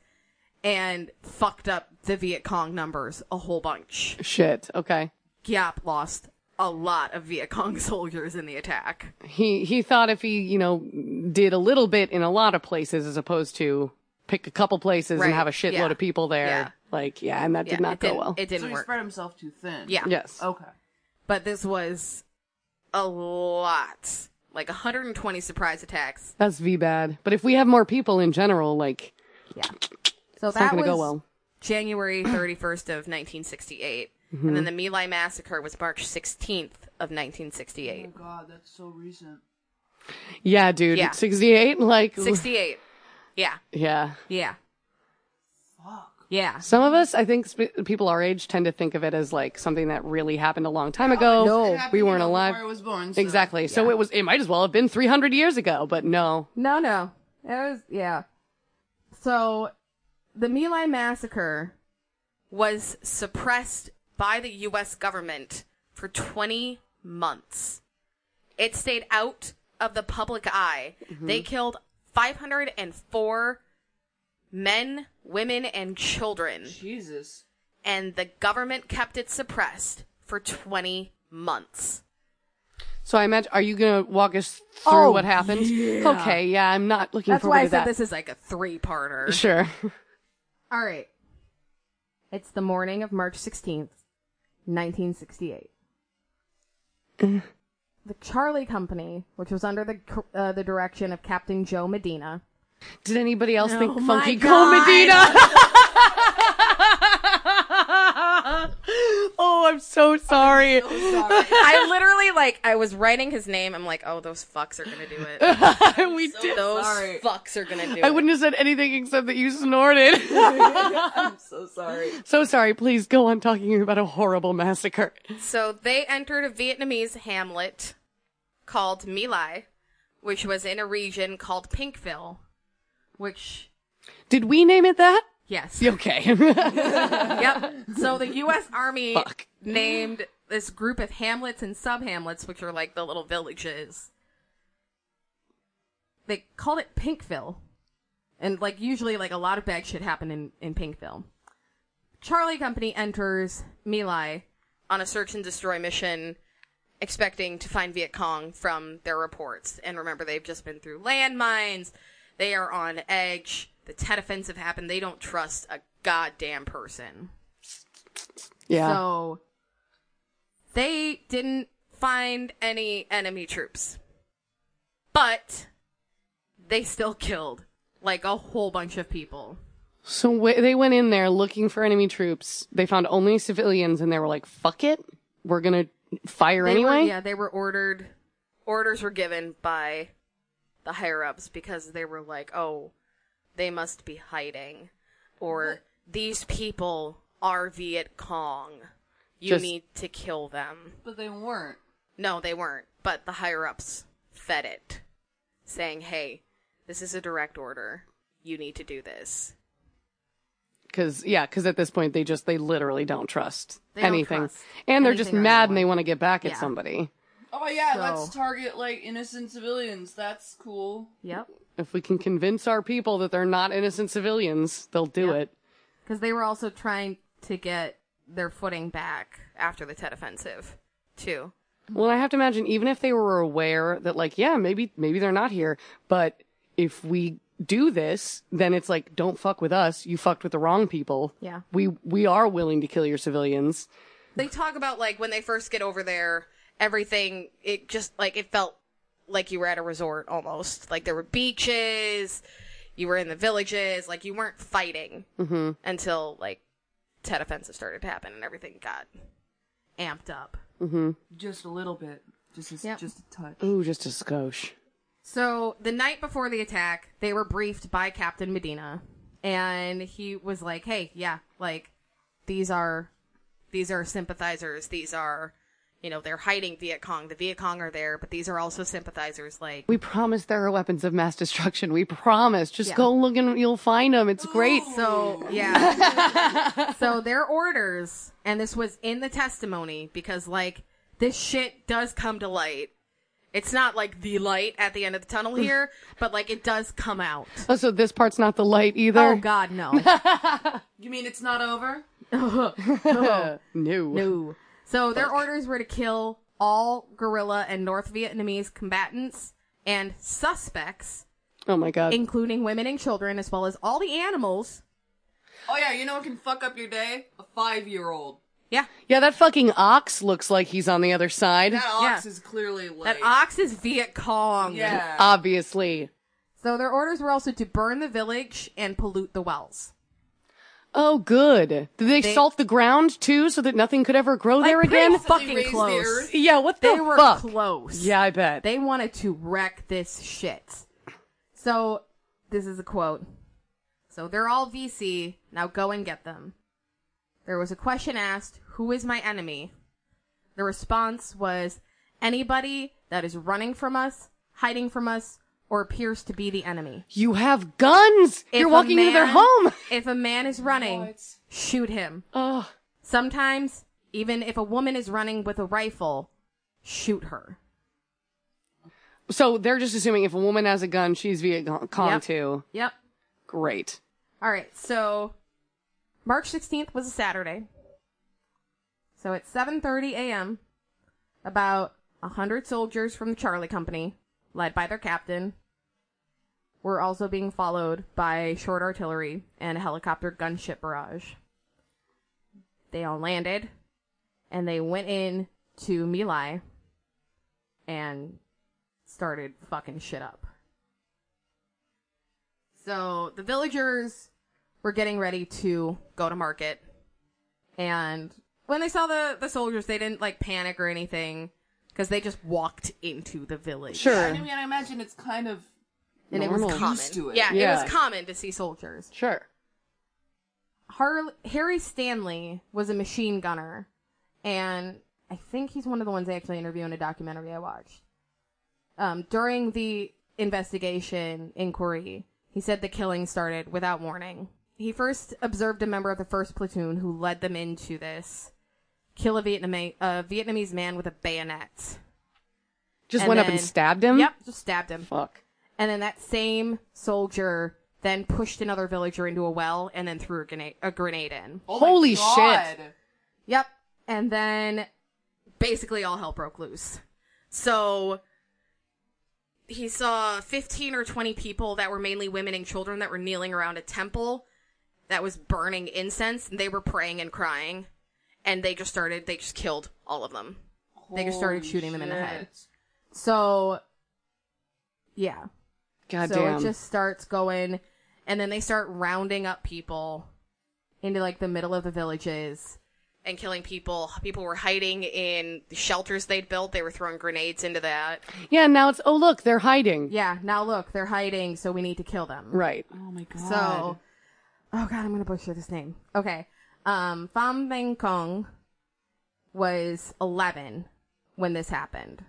Speaker 2: and fucked up the Viet Cong numbers a whole bunch.
Speaker 1: Shit. Okay.
Speaker 3: Giap lost a lot of viet cong soldiers in the attack
Speaker 1: He he thought if he you know did a little bit in a lot of places as opposed to pick a couple places
Speaker 3: Right,
Speaker 1: and have a shitload
Speaker 3: yeah,
Speaker 1: of people there.
Speaker 3: yeah.
Speaker 1: Like yeah, and that did not
Speaker 3: it
Speaker 1: go
Speaker 3: didn't-
Speaker 1: well.
Speaker 3: It
Speaker 6: so
Speaker 3: didn't
Speaker 6: he
Speaker 3: work.
Speaker 6: spread himself too thin.
Speaker 3: yeah.
Speaker 1: yes.
Speaker 2: Oh.
Speaker 6: Okay.
Speaker 3: But this was a lot. Like 120 surprise attacks.
Speaker 1: That's V bad. But if we have more people in general, like
Speaker 2: So
Speaker 1: it's not
Speaker 2: that
Speaker 1: gonna
Speaker 2: was
Speaker 1: go well.
Speaker 3: January 31st of 1968. And then the My Lai massacre was March 16th of 1968.
Speaker 6: Oh god, that's so recent.
Speaker 1: Yeah, dude.
Speaker 3: Yeah.
Speaker 1: Sixty eight, like
Speaker 3: 68. Yeah.
Speaker 1: Yeah.
Speaker 3: Yeah.
Speaker 6: Fuck.
Speaker 2: yeah.
Speaker 1: Some of us, I think, sp- people our age tend to think of it as like something that really happened a long time ago.
Speaker 2: no.
Speaker 6: It happened,
Speaker 1: we
Speaker 6: you
Speaker 1: weren't
Speaker 6: know,
Speaker 1: alive.
Speaker 6: Before I was born. So.
Speaker 1: Exactly. So it was. It might as well have been 300 years ago, but no.
Speaker 2: No, no. It was, yeah. So, the My Lai massacre
Speaker 3: Was suppressed by the US government for 20 months. It stayed out of the public eye.
Speaker 1: Mm-hmm.
Speaker 3: They killed 504 men, women, and children.
Speaker 6: Jesus.
Speaker 3: and the government kept it suppressed for 20 months.
Speaker 1: So I imagine. Are you gonna walk us through
Speaker 2: Oh,
Speaker 1: what happened? Okay. Yeah, I'm not looking
Speaker 2: That's
Speaker 1: forward
Speaker 2: why I
Speaker 1: to
Speaker 2: said
Speaker 1: that.
Speaker 2: this
Speaker 3: This is like a three parter.
Speaker 1: Sure.
Speaker 2: All right. It's the morning of March 16th, 1968.
Speaker 3: Mm-hmm.
Speaker 2: the Charlie Company, which was under the cr- uh, the direction of Captain Joe Medina.
Speaker 1: Did anybody else think
Speaker 2: Oh my
Speaker 1: Funky Cole
Speaker 2: God.
Speaker 1: Medina? oh, I'm so sorry.
Speaker 3: I literally like I was writing his name. I'm like, oh, those fucks are gonna do it.
Speaker 1: we did.
Speaker 3: Those
Speaker 6: sorry.
Speaker 3: fucks are gonna do
Speaker 1: I
Speaker 3: it.
Speaker 1: wouldn't have said anything except that you snorted.
Speaker 6: I'm so sorry.
Speaker 1: so sorry. Please go on talking about a horrible massacre.
Speaker 3: So they entered a Vietnamese hamlet called My Lai, which was in a region called Pinkville, which
Speaker 1: Did we name it that?
Speaker 3: yes,
Speaker 1: Okay.
Speaker 3: yep. So the U.S. Army
Speaker 1: Fuck.
Speaker 3: named this group of hamlets and sub-hamlets, which are like the little villages. They called it Pinkville,
Speaker 2: And like usually like a lot of bad shit happened in, in Pinkville. Charlie Company enters Milai.
Speaker 3: on a search and destroy mission, expecting to find Viet Cong from their reports. And remember, they've just been through landmines. They are on edge. The Tet Offensive happened. They don't trust a goddamn person.
Speaker 1: yeah.
Speaker 2: So
Speaker 3: They didn't find any enemy troops. But they still killed like a whole bunch of people.
Speaker 1: So w- they went in there looking for enemy troops. They found only civilians and they were like, fuck it. We're going to fire
Speaker 3: They were-
Speaker 1: anyway.
Speaker 3: yeah, they were ordered. Orders were given by the higher ups because they were like, "Oh, they must be hiding," or "These people are Viet Cong. You
Speaker 1: Just-
Speaker 3: need to kill them."
Speaker 6: But they weren't.
Speaker 3: No, they weren't. But the higher ups fed it, saying, "Hey, this is a direct order. You need to do this."
Speaker 1: Cause yeah, cause at this point they just, they literally don't trust
Speaker 3: They don't
Speaker 1: anything.
Speaker 3: trust
Speaker 1: and they're just
Speaker 3: anything or
Speaker 1: mad and
Speaker 3: anyone.
Speaker 1: they want to get back at
Speaker 3: Yeah.
Speaker 1: somebody.
Speaker 6: Oh yeah, let's
Speaker 2: So-
Speaker 6: target like innocent civilians. That's cool.
Speaker 2: Yep.
Speaker 1: If we can convince our people that they're not innocent civilians, they'll do it.
Speaker 2: Because they were also trying to get their footing back.
Speaker 3: After the Tet Offensive, too.
Speaker 1: Well, I have to imagine even if they were aware that like, yeah, maybe maybe they're not here, but if we do this, then it's like don't fuck with us. You fucked with the wrong people.
Speaker 2: Yeah.
Speaker 1: We we are willing to kill your civilians.
Speaker 3: they talk about like when they first get over there, everything it just like it felt like you were at a resort almost. Like there were beaches, you were in the villages, like you weren't fighting until like Tet offensive started to happen and everything got amped up.
Speaker 6: Just a little bit. Just a,
Speaker 2: Yep. Mm.
Speaker 6: just a touch.
Speaker 1: Ooh, just a skosh.
Speaker 2: So the night before the attack, they were briefed by Captain Medina. And he was like, hey, yeah, like, these are.
Speaker 3: These are sympathizers. These are, you know, they're hiding Viet Cong. The Viet Cong are there, but these are also sympathizers. Like
Speaker 1: We promise there are weapons of mass destruction. We promise. Just go look and you'll find them. It's great.
Speaker 2: So, yeah. so their orders, and this was in the testimony,
Speaker 3: because like this shit does come to light. It's not like the light at the end of the tunnel here, but like it does come out.
Speaker 1: Oh, so this part's not the light either.
Speaker 2: Oh God, no,
Speaker 6: You mean it's not over?
Speaker 1: no.
Speaker 2: no. So their orders were to kill all guerrilla and North Vietnamese combatants and suspects,
Speaker 1: Oh my
Speaker 6: Uh,
Speaker 1: God.
Speaker 2: including women and children, as well as all the animals.
Speaker 6: Oh yeah, you know what can fuck up your day? A five year old.
Speaker 2: Yeah,
Speaker 1: yeah, that fucking ox looks like he's on the other side.
Speaker 6: That ox
Speaker 2: Yeah.
Speaker 6: is clearly like
Speaker 2: that ox is Viet Cong.
Speaker 6: yeah.
Speaker 1: Obviously.
Speaker 2: So their orders were also to burn the village and pollute the wells.
Speaker 1: Oh, good. Did they, salt the ground too, so that nothing could ever grow there
Speaker 2: Like, pretty
Speaker 1: again?
Speaker 2: fucking
Speaker 6: raised the
Speaker 2: close.
Speaker 6: earth.
Speaker 1: Yeah, what the
Speaker 2: They were
Speaker 1: fuck?
Speaker 2: close.
Speaker 1: Yeah, I bet.
Speaker 2: They wanted to wreck this shit. So, this is a quote. So they're all VC. Now go and get them. There was a question asked, who is my enemy? The response was, anybody that is running from us, hiding from us, or appears to be the enemy.
Speaker 1: you have guns. You're
Speaker 2: If a
Speaker 1: walking into their
Speaker 2: man-
Speaker 1: home.
Speaker 2: If a man is running, shoot him.
Speaker 1: Ugh.
Speaker 2: Sometimes, even if a woman is running with a rifle, shoot her.
Speaker 1: so they're just assuming if a woman has a gun, she's Viet Cong
Speaker 2: Yep.
Speaker 1: too.
Speaker 2: Yep.
Speaker 1: Great.
Speaker 2: All right, so March 16th was a Saturday. So at 7:30 a.m., about 100 soldiers from the Charlie Company, led by their captain, were also being followed by short artillery and a helicopter gunship barrage. They all landed and they went in to My Lai and started fucking shit up. So the villagers were getting ready to
Speaker 3: go to market.
Speaker 2: and when they saw the the soldiers, they didn't like panic or anything because they just walked into the village.
Speaker 6: I
Speaker 1: Sure.
Speaker 6: mean, I imagine it's kind of
Speaker 2: and it was
Speaker 1: Normal.
Speaker 2: common.
Speaker 6: Used to it.
Speaker 2: Yeah, it
Speaker 1: Yeah.
Speaker 2: was common to see soldiers.
Speaker 1: Sure.
Speaker 2: Har- Harry Stanley was a machine gunner, and I think he's one of the ones they actually interview in a documentary I watched. Um, during the investigation inquiry, he said the killing started without warning. He first observed a member of the first platoon who led them into this kill a Vietnamese, a Vietnamese man with a bayonet.
Speaker 1: Just
Speaker 2: And
Speaker 1: went up
Speaker 2: then-
Speaker 1: and stabbed him?
Speaker 2: Yep, just stabbed him.
Speaker 1: Fuck.
Speaker 2: And then that same soldier then pushed another villager into a well and then threw a grenade, a grenade in.
Speaker 6: Oh my
Speaker 1: Holy
Speaker 6: God.
Speaker 1: shit.
Speaker 2: Yep. And then basically all hell broke loose. So he saw 15 or 20 people that were mainly women and children that were kneeling around a temple that was burning incense and they were praying and crying and they just started they just killed all of them. They just started
Speaker 6: Holy
Speaker 2: shooting them in the
Speaker 6: shit.
Speaker 2: head. So yeah. so
Speaker 1: Goddamn.
Speaker 2: it just starts going, and then they start rounding up people into like the middle of the villages and killing people. People were hiding in the shelters they'd built. They were throwing grenades into that.
Speaker 1: Yeah, now it's, oh, look, they're hiding.
Speaker 2: Yeah. Now look, they're hiding, so we need to kill them.
Speaker 1: Right.
Speaker 6: Oh my god.
Speaker 2: So, oh god, I'm gonna butcher this name. Okay, um, Pham Beng Kong was 11 when this happened.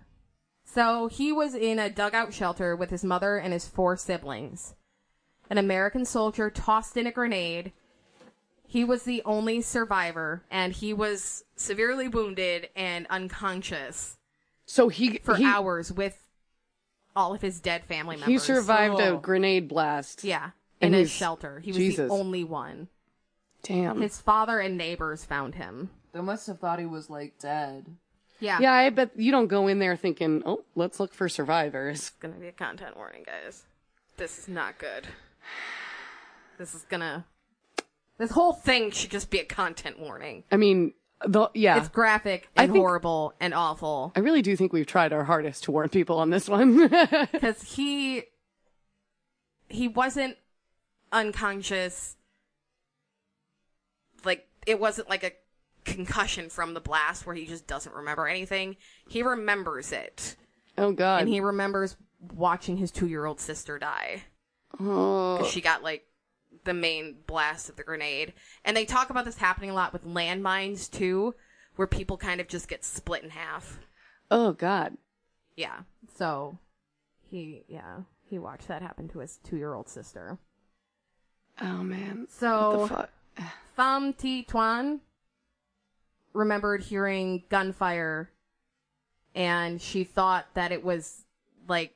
Speaker 2: So he was in a dugout shelter with his mother and his four siblings. An American soldier tossed in a grenade. He was the only survivor, and he was severely wounded and unconscious
Speaker 1: So he,
Speaker 2: for
Speaker 1: he,
Speaker 2: hours with all of his dead family members.
Speaker 1: he survived
Speaker 6: Oh.
Speaker 1: a grenade blast.
Speaker 2: Yeah, in
Speaker 1: And
Speaker 2: a
Speaker 1: he's-
Speaker 2: shelter. He was
Speaker 1: Jesus.
Speaker 2: the only one.
Speaker 1: Damn.
Speaker 2: His father and neighbors found him.
Speaker 6: they must have thought he was like dead.
Speaker 2: Yeah.
Speaker 1: yeah, I bet you don't go in there thinking, oh, let's look for survivors.
Speaker 2: It's gonna be a content warning, guys. This is not good. This is gonna. This whole thing should just be a content warning.
Speaker 1: I mean, the, yeah.
Speaker 2: It's graphic
Speaker 1: I
Speaker 2: and
Speaker 1: think-
Speaker 2: horrible and awful.
Speaker 1: I really do think we've tried our hardest to warn people on this one.
Speaker 2: Because he. He wasn't unconscious. Like, it wasn't like a concussion from the blast where he just doesn't remember anything. He remembers it.
Speaker 1: oh, God.
Speaker 2: and he remembers watching his two-year-old sister die
Speaker 1: oh.
Speaker 2: 'Cause she got like the main blast of the grenade. And they talk about this happening a lot with landmines too, where people kind of just get split in half.
Speaker 1: oh, God.
Speaker 2: Yeah. So he, yeah, he watched that happen to his two-year-old sister.
Speaker 1: Oh, man.
Speaker 2: So-
Speaker 1: What the fuck?
Speaker 2: Pham Thi Tuan remembered hearing gunfire and she thought that it was like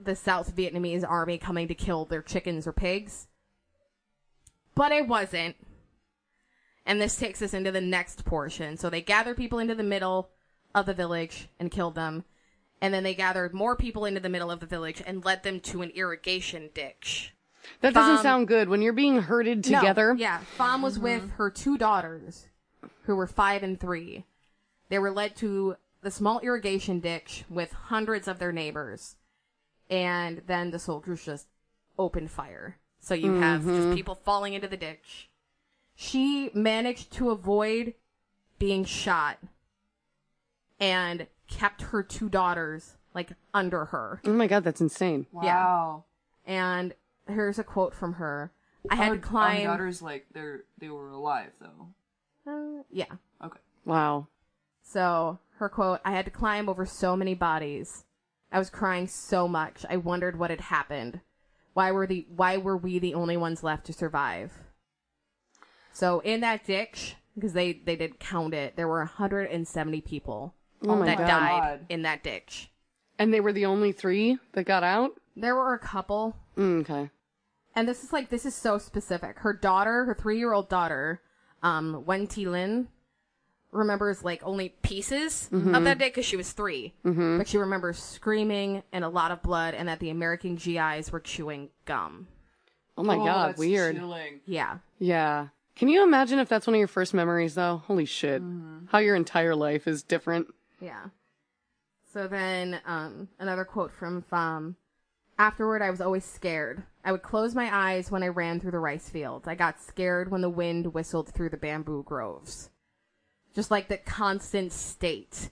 Speaker 2: the South Vietnamese army coming to kill their chickens or pigs. But it wasn't. And this takes us into the next portion. So they gather people into the middle of the village and killed them. And then they gathered more people into the middle of the village and led them to an irrigation ditch.
Speaker 1: That doesn't
Speaker 2: Bomb.
Speaker 1: sound good. When you're being herded together,
Speaker 2: um, No, yeah, Fom was with her two daughters, who were five and three. They were led to the small irrigation ditch with hundreds of their neighbors, and then the soldiers just opened fire. So you have just people falling into the ditch. She managed to avoid being shot, and kept her two daughters like under her.
Speaker 1: oh my god, that's insane.
Speaker 6: Wow.
Speaker 2: And here's a quote from her: "I had
Speaker 6: Our-
Speaker 2: to climb."
Speaker 6: Our daughter's like they're they were alive though.
Speaker 2: Uh, yeah.
Speaker 6: Okay.
Speaker 1: Wow.
Speaker 2: So her quote, I had to climb over so many bodies. I was crying so much. I wondered what had happened. Why were the why were we the only ones left to survive? So in that ditch, because they, they did count it, there were 170 people
Speaker 1: Oh my
Speaker 2: that
Speaker 1: god.
Speaker 2: died
Speaker 6: God.
Speaker 2: in that ditch.
Speaker 1: And they were the only three that got out?
Speaker 2: There were a couple
Speaker 1: Mm, okay.
Speaker 2: and this is like this is so specific. Her daughter, her three year old daughter, um, Wen Ti Lin, remembers like only pieces of that day because she was 3 but she remembers screaming and a lot of blood, and that the American GIs were chewing gum.
Speaker 1: Oh my
Speaker 6: Oh,
Speaker 1: god,
Speaker 6: that's
Speaker 1: weird.
Speaker 6: chilling.
Speaker 2: Yeah,
Speaker 1: Yeah. Can you imagine if that's one of your first memories though? Holy shit.
Speaker 2: Mm-hmm.
Speaker 1: How your entire life is different.
Speaker 2: yeah. So then, um, another quote from Pham. Afterward, I was always scared. I would close my eyes when I ran through the rice fields. I got scared when the wind whistled through the bamboo groves. just like the constant state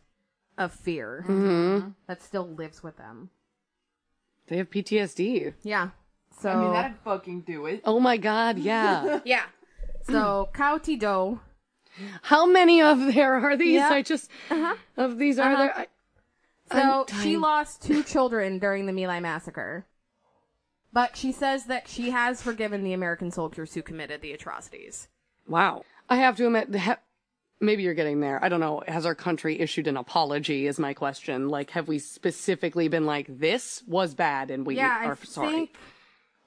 Speaker 2: of fear
Speaker 6: Mm-hmm.
Speaker 2: that still lives with them.
Speaker 1: They have PTSD.
Speaker 2: Yeah. So
Speaker 6: I mean, that'd fucking do it.
Speaker 1: Oh my god, yeah.
Speaker 3: Yeah.
Speaker 2: so Kauti Do.
Speaker 1: How many of there are these?
Speaker 2: Yeah. Uh-huh.
Speaker 1: I just of these are there. I,
Speaker 2: So
Speaker 1: I'm
Speaker 2: she
Speaker 1: dying.
Speaker 2: lost two children during the My Lai massacre. But she says that she has forgiven the American soldiers who committed the atrocities.
Speaker 1: wow. I have to admit, ha- maybe you're getting there. I don't know. Has our country issued an apology? Is my question. Like, have we specifically been like, this was bad and we
Speaker 2: Yeah, I
Speaker 1: are sorry?
Speaker 2: think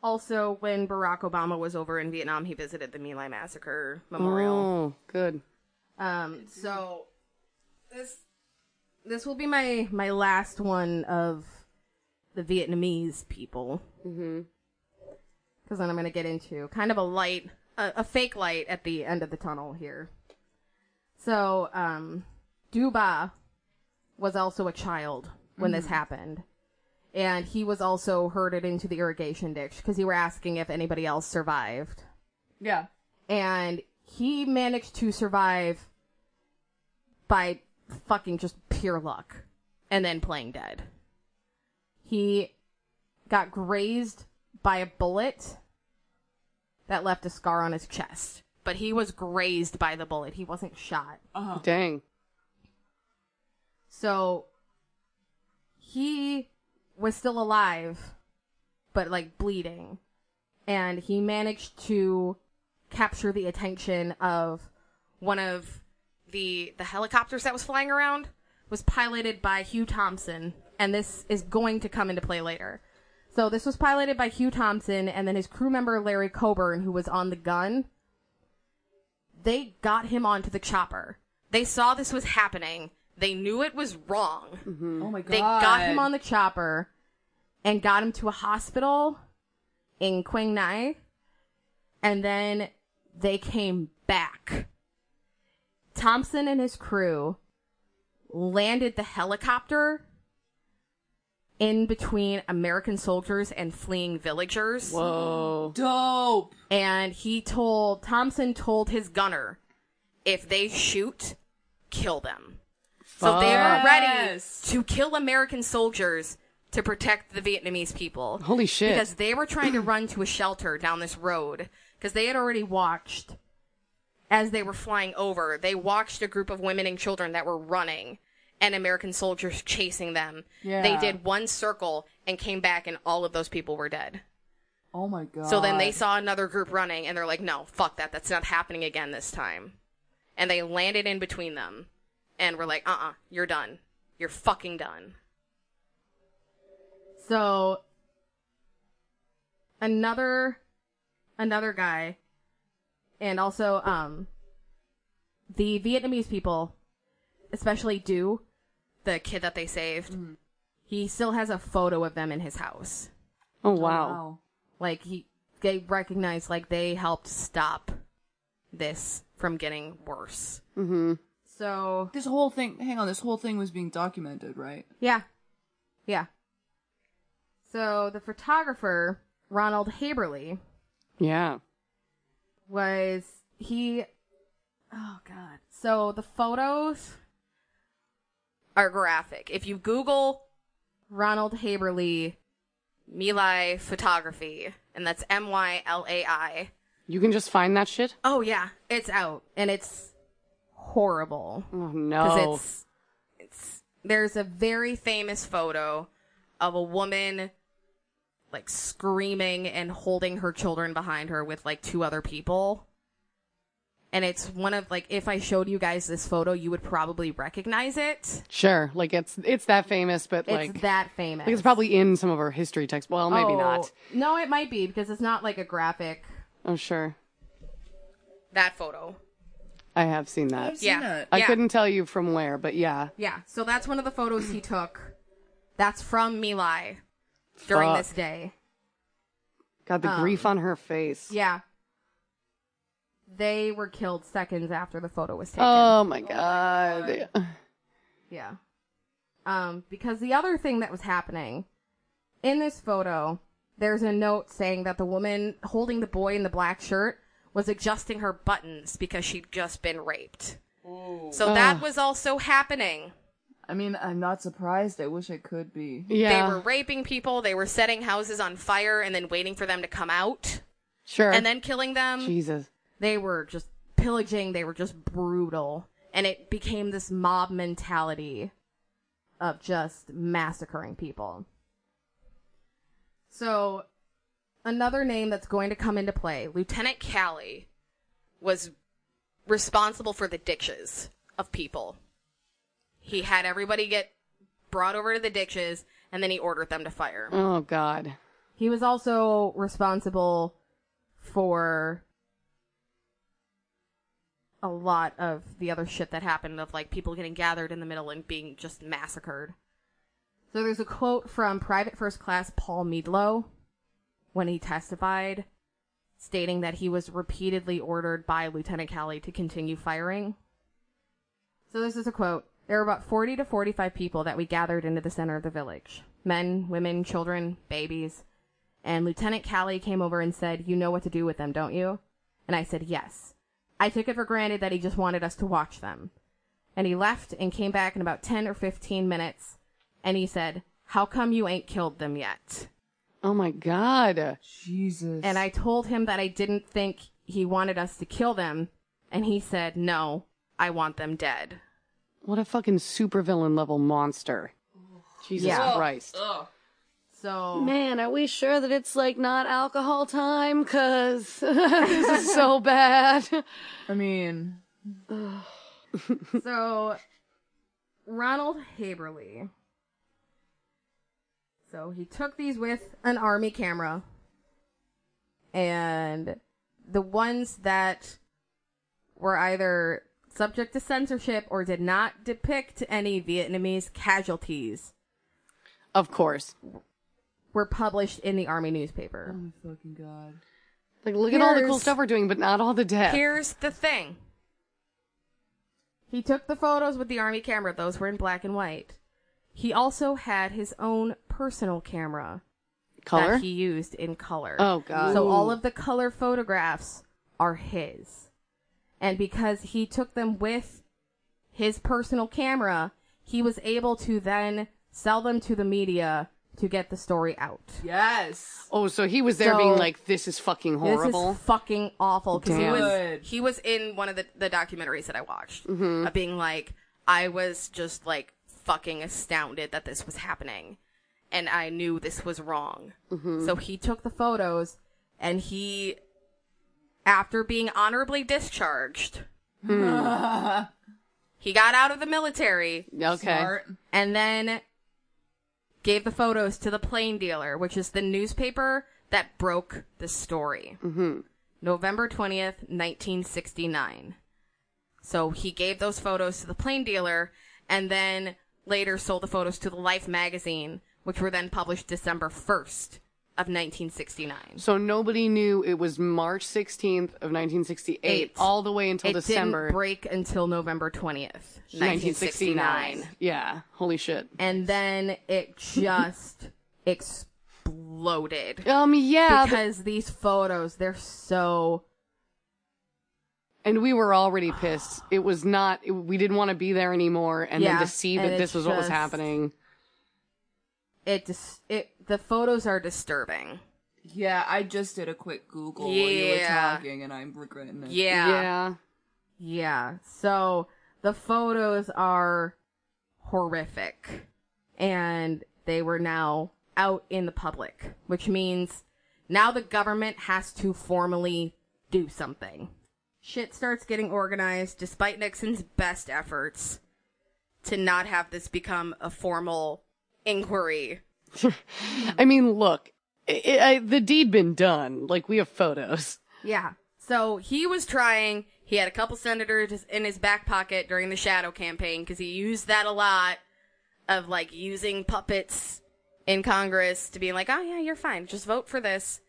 Speaker 2: also when Barack Obama was over in Vietnam, he visited the My Lai massacre memorial.
Speaker 1: Oh, good.
Speaker 2: Um, so this this will be my my last one of the Vietnamese people. Mm-hmm. Because then I'm going to get into kind of a light, a, a fake light at the end of the tunnel here. So, um, Duba was also a child when this happened. And he was also herded into the irrigation ditch because you were asking if anybody else survived
Speaker 6: Yeah.
Speaker 2: and he managed to survive by fucking just pure luck and then playing dead. He got grazed by a bullet that left a scar on his chest, but he was grazed by the bullet. He wasn't shot.
Speaker 6: Uh-huh.
Speaker 1: Dang.
Speaker 2: So he was still alive, but like bleeding. And he managed to capture the attention of one of the the helicopters that was flying around was piloted by Hugh Thompson and this is going to come into play later. So this was piloted by Hugh Thompson and then his crew member Larry Coburn who was on the gun they got him onto the chopper. They saw this was happening. They knew it was wrong.
Speaker 6: Oh my
Speaker 2: Mm-hmm.
Speaker 6: god.
Speaker 2: They got him on the chopper and got him to a hospital in Quang Nai. And then they came back. Thompson and his crew landed the helicopter in between American soldiers and fleeing villagers
Speaker 1: Whoa.
Speaker 6: dope.
Speaker 2: and he told Thompson told his gunner, if they shoot, kill them. So they are
Speaker 1: Fuck.
Speaker 2: ready
Speaker 6: Yes.
Speaker 2: to kill American soldiers to protect the Vietnamese people.
Speaker 1: Holy shit.
Speaker 2: Because they were trying to run to a shelter down this road because they had already watched as they were flying over. They watched a group of women and children that were running and American soldiers chasing them. They
Speaker 6: Yeah.
Speaker 2: did one circle and came back and all of those people were dead.
Speaker 6: Oh my god.
Speaker 2: So then they saw another group running and they're like, no, fuck that. That's not happening again this time. And they landed in between them and were like, uh uh-uh, uh, you are done. You're fucking done. So another another guy and also um the Vietnamese people, especially Du, the kid that they saved, he still has a photo of them in his house
Speaker 1: Oh
Speaker 6: Oh,
Speaker 1: wow.
Speaker 2: like he they recognized like they helped stop this from getting worse
Speaker 1: Mm-hmm.
Speaker 2: so
Speaker 6: This whole thing. Hang on. This whole thing was being documented, right?
Speaker 2: yeah yeah so the photographer ronald haberly
Speaker 1: Yeah.
Speaker 2: was he oh god so the photos are graphic if you google ronald haberly milai photography and that's m-y-l-a-i
Speaker 1: You can just find that shit.
Speaker 2: oh yeah it's out and it's horrible
Speaker 1: Oh
Speaker 2: because
Speaker 1: no.
Speaker 2: it's it's there's a very famous photo of a woman like screaming and holding her children behind her with like two other people and it's one of like if i showed you guys this photo you would probably recognize it
Speaker 1: Sure. Like it's it's that famous, but
Speaker 2: it's
Speaker 1: like
Speaker 2: that famous
Speaker 1: like it's probably in some of our history text. Well, maybe
Speaker 2: Oh,
Speaker 1: not.
Speaker 2: no it might be because it's not like a graphic
Speaker 1: Oh sure.
Speaker 2: that photo
Speaker 1: I have seen that.
Speaker 6: seen
Speaker 2: yeah
Speaker 6: that.
Speaker 1: I
Speaker 2: yeah.
Speaker 1: couldn't tell you from where, but yeah.
Speaker 2: Yeah, so that's one of the photos he took. That's from Milai during
Speaker 1: Fuck.
Speaker 2: this day.
Speaker 1: God, the
Speaker 2: Um,
Speaker 1: grief on her face.
Speaker 2: Yeah. They were killed seconds after the photo was taken.
Speaker 1: Oh my god.
Speaker 2: Yeah. Um, because the other thing that was happening in this photo, there's a note saying that the woman holding the boy in the black shirt was adjusting her buttons because she'd just been raped.
Speaker 3: So that was also happening.
Speaker 6: I mean, I'm not surprised. I wish I could be.
Speaker 1: Yeah.
Speaker 3: They were raping people, they were setting houses on fire and then waiting for them to come out
Speaker 1: sure.
Speaker 3: and then killing
Speaker 2: um,
Speaker 3: them.
Speaker 1: Jesus.
Speaker 2: They were just pillaging, they were just brutal. And it became this mob mentality of just massacring people. So, another name that's going to come into play
Speaker 3: Lieutenant Callie was responsible for the ditches of people. He had everybody get brought over to the ditches and then he ordered them to fire.
Speaker 1: Oh God.
Speaker 2: He was also responsible for a lot of the other shit that happened of like people getting gathered in the middle and being just massacred. So there's a quote from Private First Class Paul Meadlow when he testified stating that he was repeatedly ordered by Lieutenant Callie to continue firing. So this is a quote. There were about 40 to 45 people that we gathered into the center of the village. Men, women, children, babies. And Lieutenant Callie came over and said, you know what to do with them, don't you? And I said, yes. I took it for granted that he just wanted us to watch them. And he left and came back in about 10 or 15 minutes. And he said, how come you ain't killed them yet?
Speaker 1: Oh my God.
Speaker 6: Jesus.
Speaker 2: And I told him that I didn't think he wanted us to kill them. And he said, no, I want them dead.
Speaker 1: What a fucking supervillain level monster. Jesus
Speaker 2: Yeah.
Speaker 1: Christ.
Speaker 2: So,
Speaker 1: Man, are we sure that it's like not alcohol time? Cause this is so bad.
Speaker 6: I mean,
Speaker 2: so Ronald Haberly. So he took these with an army camera. And the ones that were either subject to censorship or did not depict any Vietnamese casualties
Speaker 1: Of course.
Speaker 2: were published in the army newspaper.
Speaker 6: oh my fucking god.
Speaker 1: Like, look at all the cool
Speaker 2: Here's-
Speaker 1: stuff we're doing, but not all the death.
Speaker 3: Here's the thing.
Speaker 2: He took the photos with the army camera. Those were in black and white. He also had his own personal camera
Speaker 1: Color.
Speaker 2: that he used in color.
Speaker 1: Oh, God.
Speaker 2: So
Speaker 1: Ooh.
Speaker 2: all of the color photographs are his. And because he took them with his personal camera, he was able to then sell them to the media to get the story out.
Speaker 6: Yes.
Speaker 1: oh, so he was there
Speaker 2: So-
Speaker 1: being like, this is fucking horrible.
Speaker 2: This is fucking awful because he
Speaker 1: Damn.
Speaker 2: was
Speaker 6: Good.
Speaker 3: He was in one of the, the documentaries that I watched
Speaker 1: Mm-hmm.
Speaker 3: of being like, I was just like fucking astounded that this was happening. And I knew this was wrong.
Speaker 1: Mm-hmm.
Speaker 2: So he took the photos and he,
Speaker 3: After being honorably discharged,
Speaker 1: Hmm.
Speaker 3: he got out of the military
Speaker 1: okay.
Speaker 6: Smart.
Speaker 2: and then gave the photos to the Plain Dealer, which is the newspaper that broke the story. Mm-hmm. November 20th, 1969.
Speaker 3: So he gave those photos to the plane dealer and then later sold the photos to the Life magazine, which were then published December 1st of 1969.
Speaker 1: So nobody knew it was March 16th of 1968
Speaker 3: Eight.
Speaker 1: all the way until
Speaker 2: it
Speaker 1: December
Speaker 2: didn't break until November 20th,
Speaker 1: 1969.
Speaker 3: 1969.
Speaker 1: Yeah. Holy shit.
Speaker 2: And then it just exploded
Speaker 3: Exploded.
Speaker 1: Um, yeah. but-
Speaker 2: because these photos, they're so
Speaker 1: and we were already pissed. It was not, it- we didn't want to be there anymore. And
Speaker 2: Yeah,
Speaker 1: then to see
Speaker 2: and
Speaker 1: that
Speaker 2: it
Speaker 1: this was what was
Speaker 2: just-
Speaker 1: happening.
Speaker 2: it just it the photos are disturbing.
Speaker 6: Yeah, I just did a quick Google while you were
Speaker 3: Yeah.
Speaker 6: talking, and I'm regretting it.
Speaker 3: Yeah.
Speaker 1: yeah.
Speaker 2: Yeah. So the photos are horrific. And they were now out in the public, which means now the government has to formally do something.
Speaker 3: Shit starts getting organized despite Nixon's best efforts to not have this become a formal inquiry.
Speaker 1: I mean, look, i I, the deed been done. Like we have photos.
Speaker 2: Yeah.
Speaker 3: So he was trying. He had a couple senators in his back pocket during the shadow campaign because he used that a lot of like using puppets in Congress to be like, oh yeah, you're fine. Just vote for this.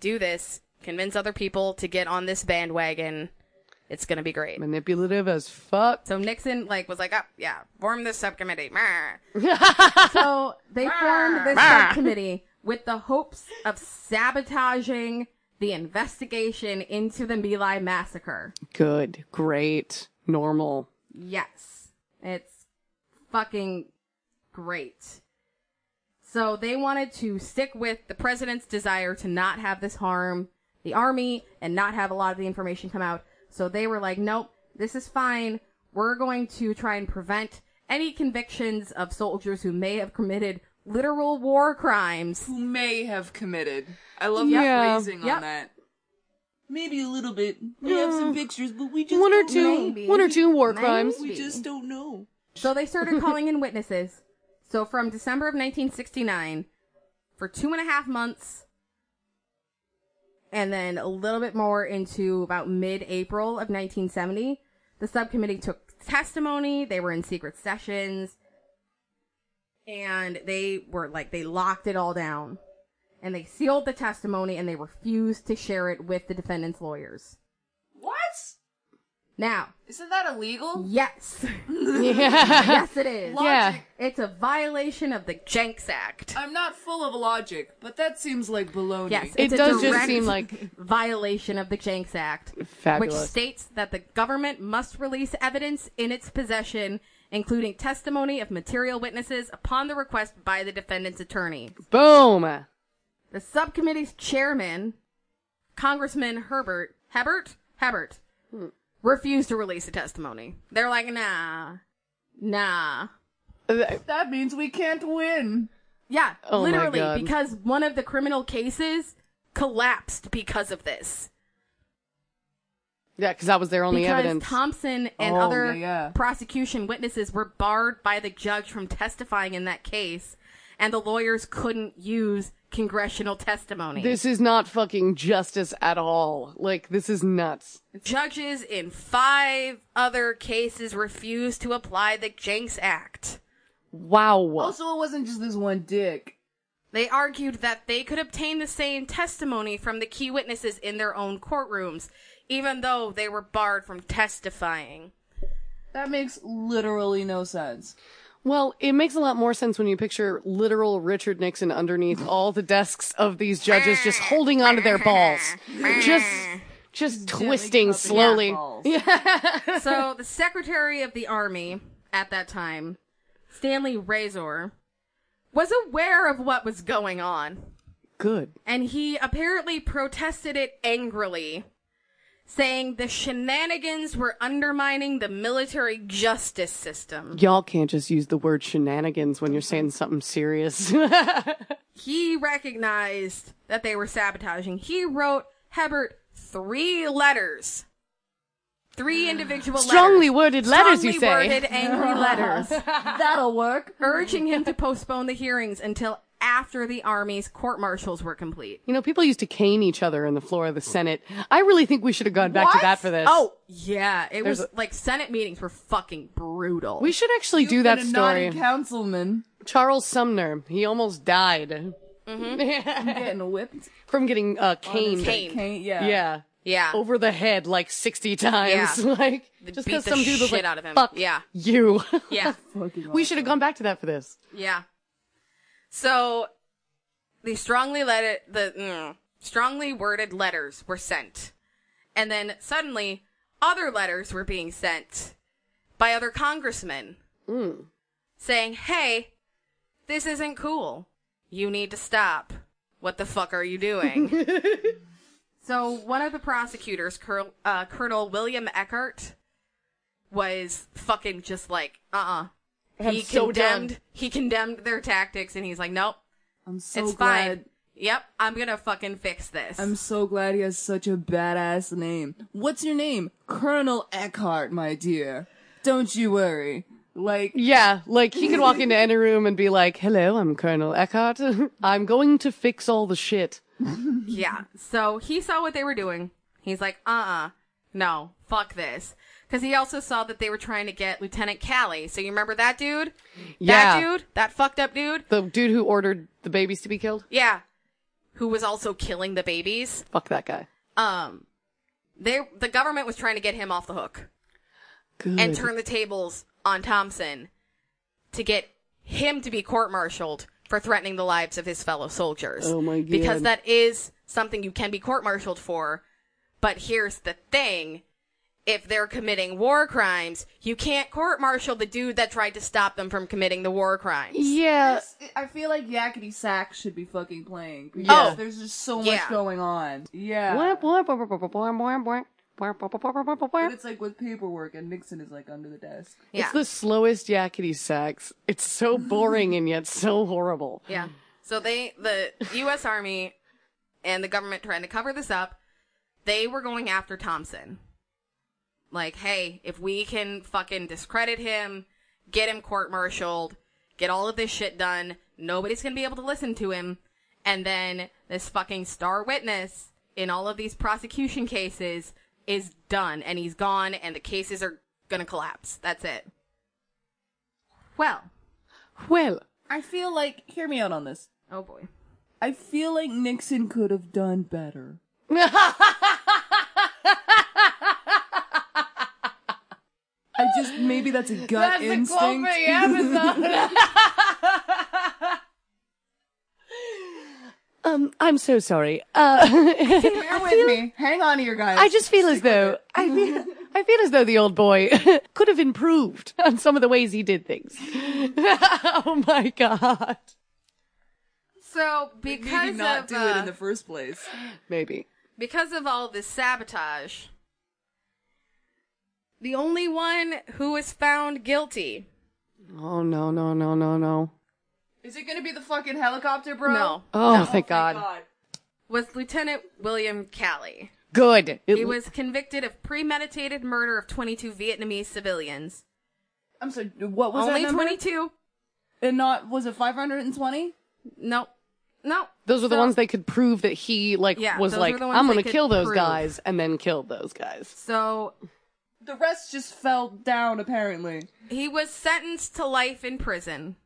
Speaker 3: Do this. Convince other people to get on this bandwagon. It's going to be great.
Speaker 1: Manipulative as fuck.
Speaker 3: So Nixon like was like, oh yeah, form this subcommittee. Meh.
Speaker 2: So they formed this subcommittee with the hopes of sabotaging the investigation into the My Lai massacre.
Speaker 1: Good, great, normal,
Speaker 2: Yes. It's fucking great. So they wanted to stick with the president's desire to not have this harm the army and not have a lot of the information come out. So they were like, nope, this is fine. We're going to try and prevent any convictions of soldiers who may have committed literal war crimes.
Speaker 6: Who may have committed. I love
Speaker 1: Yeah.
Speaker 6: the phrasing
Speaker 2: Yep.
Speaker 6: on that. Maybe a little bit. We have some pictures, but we just
Speaker 1: One or
Speaker 6: don't
Speaker 1: two,
Speaker 6: know.
Speaker 1: one or two war
Speaker 2: Maybe.
Speaker 1: crimes.
Speaker 6: We just don't know.
Speaker 2: So they started calling in witnesses. So from December of 1969, for two and a half months, and then a little bit more into about mid-April of 1970, the subcommittee took testimony. They were in secret sessions, and they were like they locked it all down, and they sealed the testimony, and they refused to share it with the defendant's lawyers.
Speaker 6: What?
Speaker 2: Now,
Speaker 6: Isn't that illegal?
Speaker 2: yes,
Speaker 1: Yeah.
Speaker 2: yes, it is.
Speaker 1: Yeah.
Speaker 2: It's a violation of the Jenks Act.
Speaker 6: I'm not full of logic, but that seems like baloney.
Speaker 2: Yes,
Speaker 1: It
Speaker 2: It's a
Speaker 1: does just
Speaker 2: direct-
Speaker 1: seem like
Speaker 2: Violation of the Jenks Act, which
Speaker 1: fabulous.
Speaker 2: states that the government must release evidence in its possession, including testimony of material witnesses, upon the request by the defendant's attorney.
Speaker 1: Boom. Uh,
Speaker 2: The subcommittee's chairman, Congressman Herbert Hebert Hebert, refused to release the testimony. They're like, nah, nah.
Speaker 1: Uh,
Speaker 6: That means we can't win.
Speaker 2: Yeah,
Speaker 1: Oh my
Speaker 2: literally,
Speaker 1: God.
Speaker 2: because one of the criminal cases collapsed because of this.
Speaker 1: Yeah, because that was their only
Speaker 2: because
Speaker 1: evidence.
Speaker 2: Thompson and
Speaker 6: Oh,
Speaker 2: other
Speaker 6: yeah, yeah.
Speaker 2: prosecution witnesses were barred by the judge from testifying in that case, and the lawyers couldn't use congressional testimony.
Speaker 1: This is not fucking justice at all. Like, this is nuts.
Speaker 2: Judges in five other cases refused to apply the Jenks Act.
Speaker 1: Wow.
Speaker 6: Also, it wasn't just this one dick.
Speaker 2: They argued that they could obtain the same testimony from the key witnesses in their own courtrooms, even though they were barred from testifying.
Speaker 6: That makes literally no sense.
Speaker 1: Well, it makes a lot more sense when you picture literal Richard Nixon underneath all the desks of these judges just holding onto their balls. Just just twisting
Speaker 6: cupping
Speaker 1: slowly.
Speaker 6: their balls.
Speaker 2: so the secretary of the army at that time, Stanley Razor, was aware of what was going on,
Speaker 1: Good.
Speaker 2: and he apparently protested it angrily, saying the shenanigans were undermining the military justice system.
Speaker 1: Y'all can't just use the word shenanigans when you're saying something serious.
Speaker 2: He recognized that they were sabotaging. He wrote Hebert three letters. Three individual
Speaker 1: Strongly
Speaker 2: letters.
Speaker 1: worded letters, you
Speaker 2: Strongly
Speaker 1: say.
Speaker 2: worded angry letters.
Speaker 6: That'll work.
Speaker 2: urging him to postpone the hearings until after the army's court martials were complete.
Speaker 1: You know, people used to cane each other on the floor of the Senate. I really think we should have gone back to
Speaker 6: What?
Speaker 1: that for this.
Speaker 2: Oh, yeah. It was
Speaker 1: There's
Speaker 2: like Senate meetings were fucking brutal.
Speaker 1: we should actually do that
Speaker 6: a
Speaker 1: story.
Speaker 6: naughty councilman
Speaker 1: Charles Sumner, he almost died
Speaker 6: getting whipped.
Speaker 1: from getting uh, caned.
Speaker 2: Mm-hmm. Cane.
Speaker 6: Can't, yeah.
Speaker 1: Yeah.
Speaker 2: yeah.
Speaker 1: over the head like 60 times.
Speaker 2: Yeah.
Speaker 1: Like, Oh, just
Speaker 2: beat
Speaker 1: because
Speaker 2: the
Speaker 1: some dude was
Speaker 2: shit
Speaker 1: like,
Speaker 2: out of him.
Speaker 1: fuck
Speaker 2: Yeah.
Speaker 1: you.
Speaker 2: yeah.
Speaker 6: Fucking
Speaker 1: we should have gone back to that for this.
Speaker 2: Yeah. So the strongly let it, the mm, strongly worded letters were sent. And then suddenly other letters were being sent by other congressmen
Speaker 1: Mm.
Speaker 2: saying, "Hey, this isn't cool. You need to stop. What the fuck are you doing?" so one of the prosecutors, Col- uh, Colonel William Eckert, was fucking just like, "Uh-uh."
Speaker 1: I'm
Speaker 2: he
Speaker 1: so
Speaker 2: condemned
Speaker 1: done.
Speaker 2: he condemned their tactics and he's like nope
Speaker 6: I'm so
Speaker 2: it's
Speaker 6: glad.
Speaker 2: fine yep i'm gonna fucking fix this
Speaker 6: I'm so glad he has such a badass name. What's your name? Colonel Eckhart, my dear. Don't you worry. Like,
Speaker 1: Yeah, like he could walk into any room and be like, hello, I'm Colonel Eckhart. I'm going to fix all the shit.
Speaker 2: yeah so he saw what they were doing he's like uh-uh no fuck this because he also saw that they were trying to get lieutenant callie so you remember that dude
Speaker 1: Yeah.
Speaker 2: that dude that fucked up dude
Speaker 1: The dude who ordered the babies to be killed?
Speaker 2: yeah who was also killing the babies
Speaker 1: Fuck that guy.
Speaker 2: um they the government was trying to get him off the hook
Speaker 1: Good.
Speaker 2: and turn the tables on Thompson to get him to be court martialed for threatening the lives of his fellow soldiers.
Speaker 1: Oh my God.
Speaker 2: Because that is something you can be court martialed for. But here's the thing if they're committing war crimes, you can't court martial the dude that tried to stop them from committing the war crimes.
Speaker 1: Yeah.
Speaker 6: I feel like Yakety Sack should be fucking playing. Because
Speaker 2: Yeah.
Speaker 6: There's just so
Speaker 2: Yeah.
Speaker 6: much going on. Yeah. But
Speaker 1: It's
Speaker 6: it's like with paperwork and Nixon is like under the desk.
Speaker 2: Yeah.
Speaker 1: the slowest yakety sax. It's so boring and yet so horrible.
Speaker 2: Yeah. So they, the U.S. Army and the government trying to cover this up, they were going after Thompson. Like, hey, if we can fucking discredit him, get him court martialed, get all of this shit done, nobody's gonna be able to listen to him. And then this fucking star witness in all of these prosecution cases is done and he's gone and the cases are gonna collapse. That's it. Well,
Speaker 1: Well,
Speaker 6: I feel like, hear me out on this.
Speaker 2: oh boy.
Speaker 6: I feel like Nixon could have done better. I just, maybe that's a gut instinct.
Speaker 1: um, I'm so sorry. Uh,
Speaker 6: Bear with me. Hang on to your guys.
Speaker 1: I just feel as though I feel, I feel as though the old boy could have improved on some of the ways he did things. oh my god.
Speaker 2: So because
Speaker 6: Maybe not
Speaker 2: of
Speaker 6: do
Speaker 2: uh,
Speaker 6: it in the first place.
Speaker 1: Maybe.
Speaker 2: because of all this sabotage, the only one who was found guilty.
Speaker 1: Oh no no no no no.
Speaker 6: Is it gonna be the fucking helicopter, bro?
Speaker 2: No,
Speaker 1: Oh, thank God.
Speaker 2: was Lieutenant William Calley.
Speaker 1: Good. It
Speaker 2: He was convicted of premeditated murder of 22 Vietnamese civilians.
Speaker 6: I'm sorry. What was
Speaker 2: Only
Speaker 6: that number?
Speaker 2: 22?
Speaker 6: And not was it 520?
Speaker 2: No, no.
Speaker 1: those were the
Speaker 2: So-
Speaker 1: ones they could prove that he like
Speaker 2: Yeah,
Speaker 1: was
Speaker 2: those
Speaker 1: like
Speaker 2: were the ones
Speaker 1: I'm
Speaker 2: they
Speaker 1: gonna
Speaker 2: could
Speaker 1: kill those
Speaker 2: prove.
Speaker 1: guys and then killed those guys.
Speaker 2: So
Speaker 6: The rest just fell down apparently.
Speaker 2: He was sentenced to life in prison.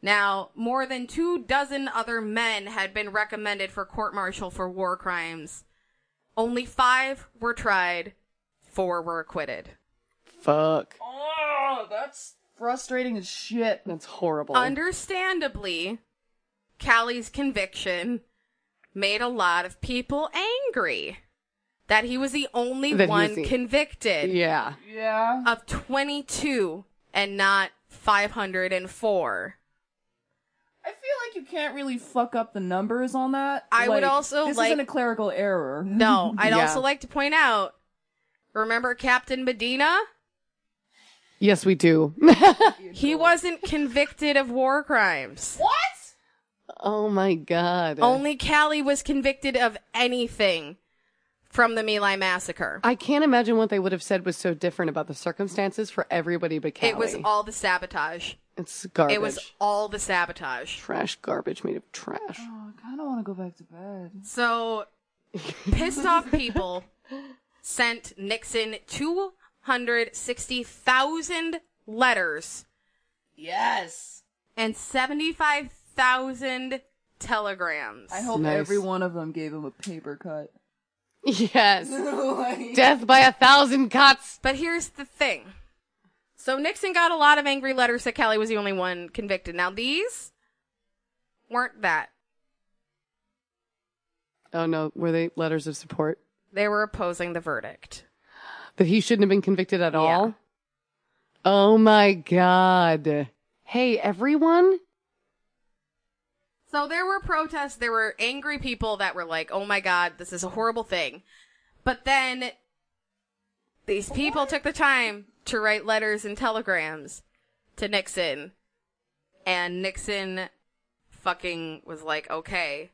Speaker 2: Now, more than two dozen other men had been recommended for court martial for war crimes. Only five were tried, four were acquitted.
Speaker 1: Fuck.
Speaker 6: Oh, that's frustrating as shit.
Speaker 1: That's horrible.
Speaker 2: Understandably, Callie's conviction made a lot of people angry that he was the only
Speaker 1: That he was
Speaker 2: one
Speaker 1: the-
Speaker 2: convicted
Speaker 1: yeah.
Speaker 6: Yeah.
Speaker 2: of 22 and not 504.
Speaker 6: I feel like you can't really fuck up the numbers on that.
Speaker 2: I would also
Speaker 6: this
Speaker 2: like-
Speaker 6: isn't a clerical error.
Speaker 2: No, I'd
Speaker 1: Yeah.
Speaker 2: also like to point out. Remember Captain Medina?
Speaker 1: Yes, we do.
Speaker 2: He wasn't convicted of war crimes.
Speaker 6: What?
Speaker 1: oh my god.
Speaker 2: Only Callie was convicted of anything from the My Lai massacre.
Speaker 1: I can't imagine what they would have said was so different about the circumstances for everybody but Callie.
Speaker 2: It was all the sabotage.
Speaker 1: It's garbage.
Speaker 2: It was all the sabotage.
Speaker 1: trash garbage made of trash.
Speaker 6: Oh, I kind of want to go back to bed.
Speaker 2: So, pissed off people sent Nixon 260,000 letters
Speaker 6: Yes.
Speaker 2: and 75,000 telegrams.
Speaker 6: I hope
Speaker 1: Nice.
Speaker 6: every one of them gave him a paper cut.
Speaker 1: Yes. Death by a thousand cuts.
Speaker 2: But here's the thing. So Nixon got a lot of angry letters that Kelly was the only one convicted. Now these weren't that.
Speaker 1: Oh no, were they letters of support?
Speaker 2: They were opposing the verdict.
Speaker 1: That he shouldn't have been convicted at all? Oh my god. Hey, everyone?
Speaker 2: So there were protests, there were angry people that were like, "Oh my god, this is a horrible thing." But then these people took the time to write letters and telegrams to Nixon. And Nixon fucking was like, "Okay."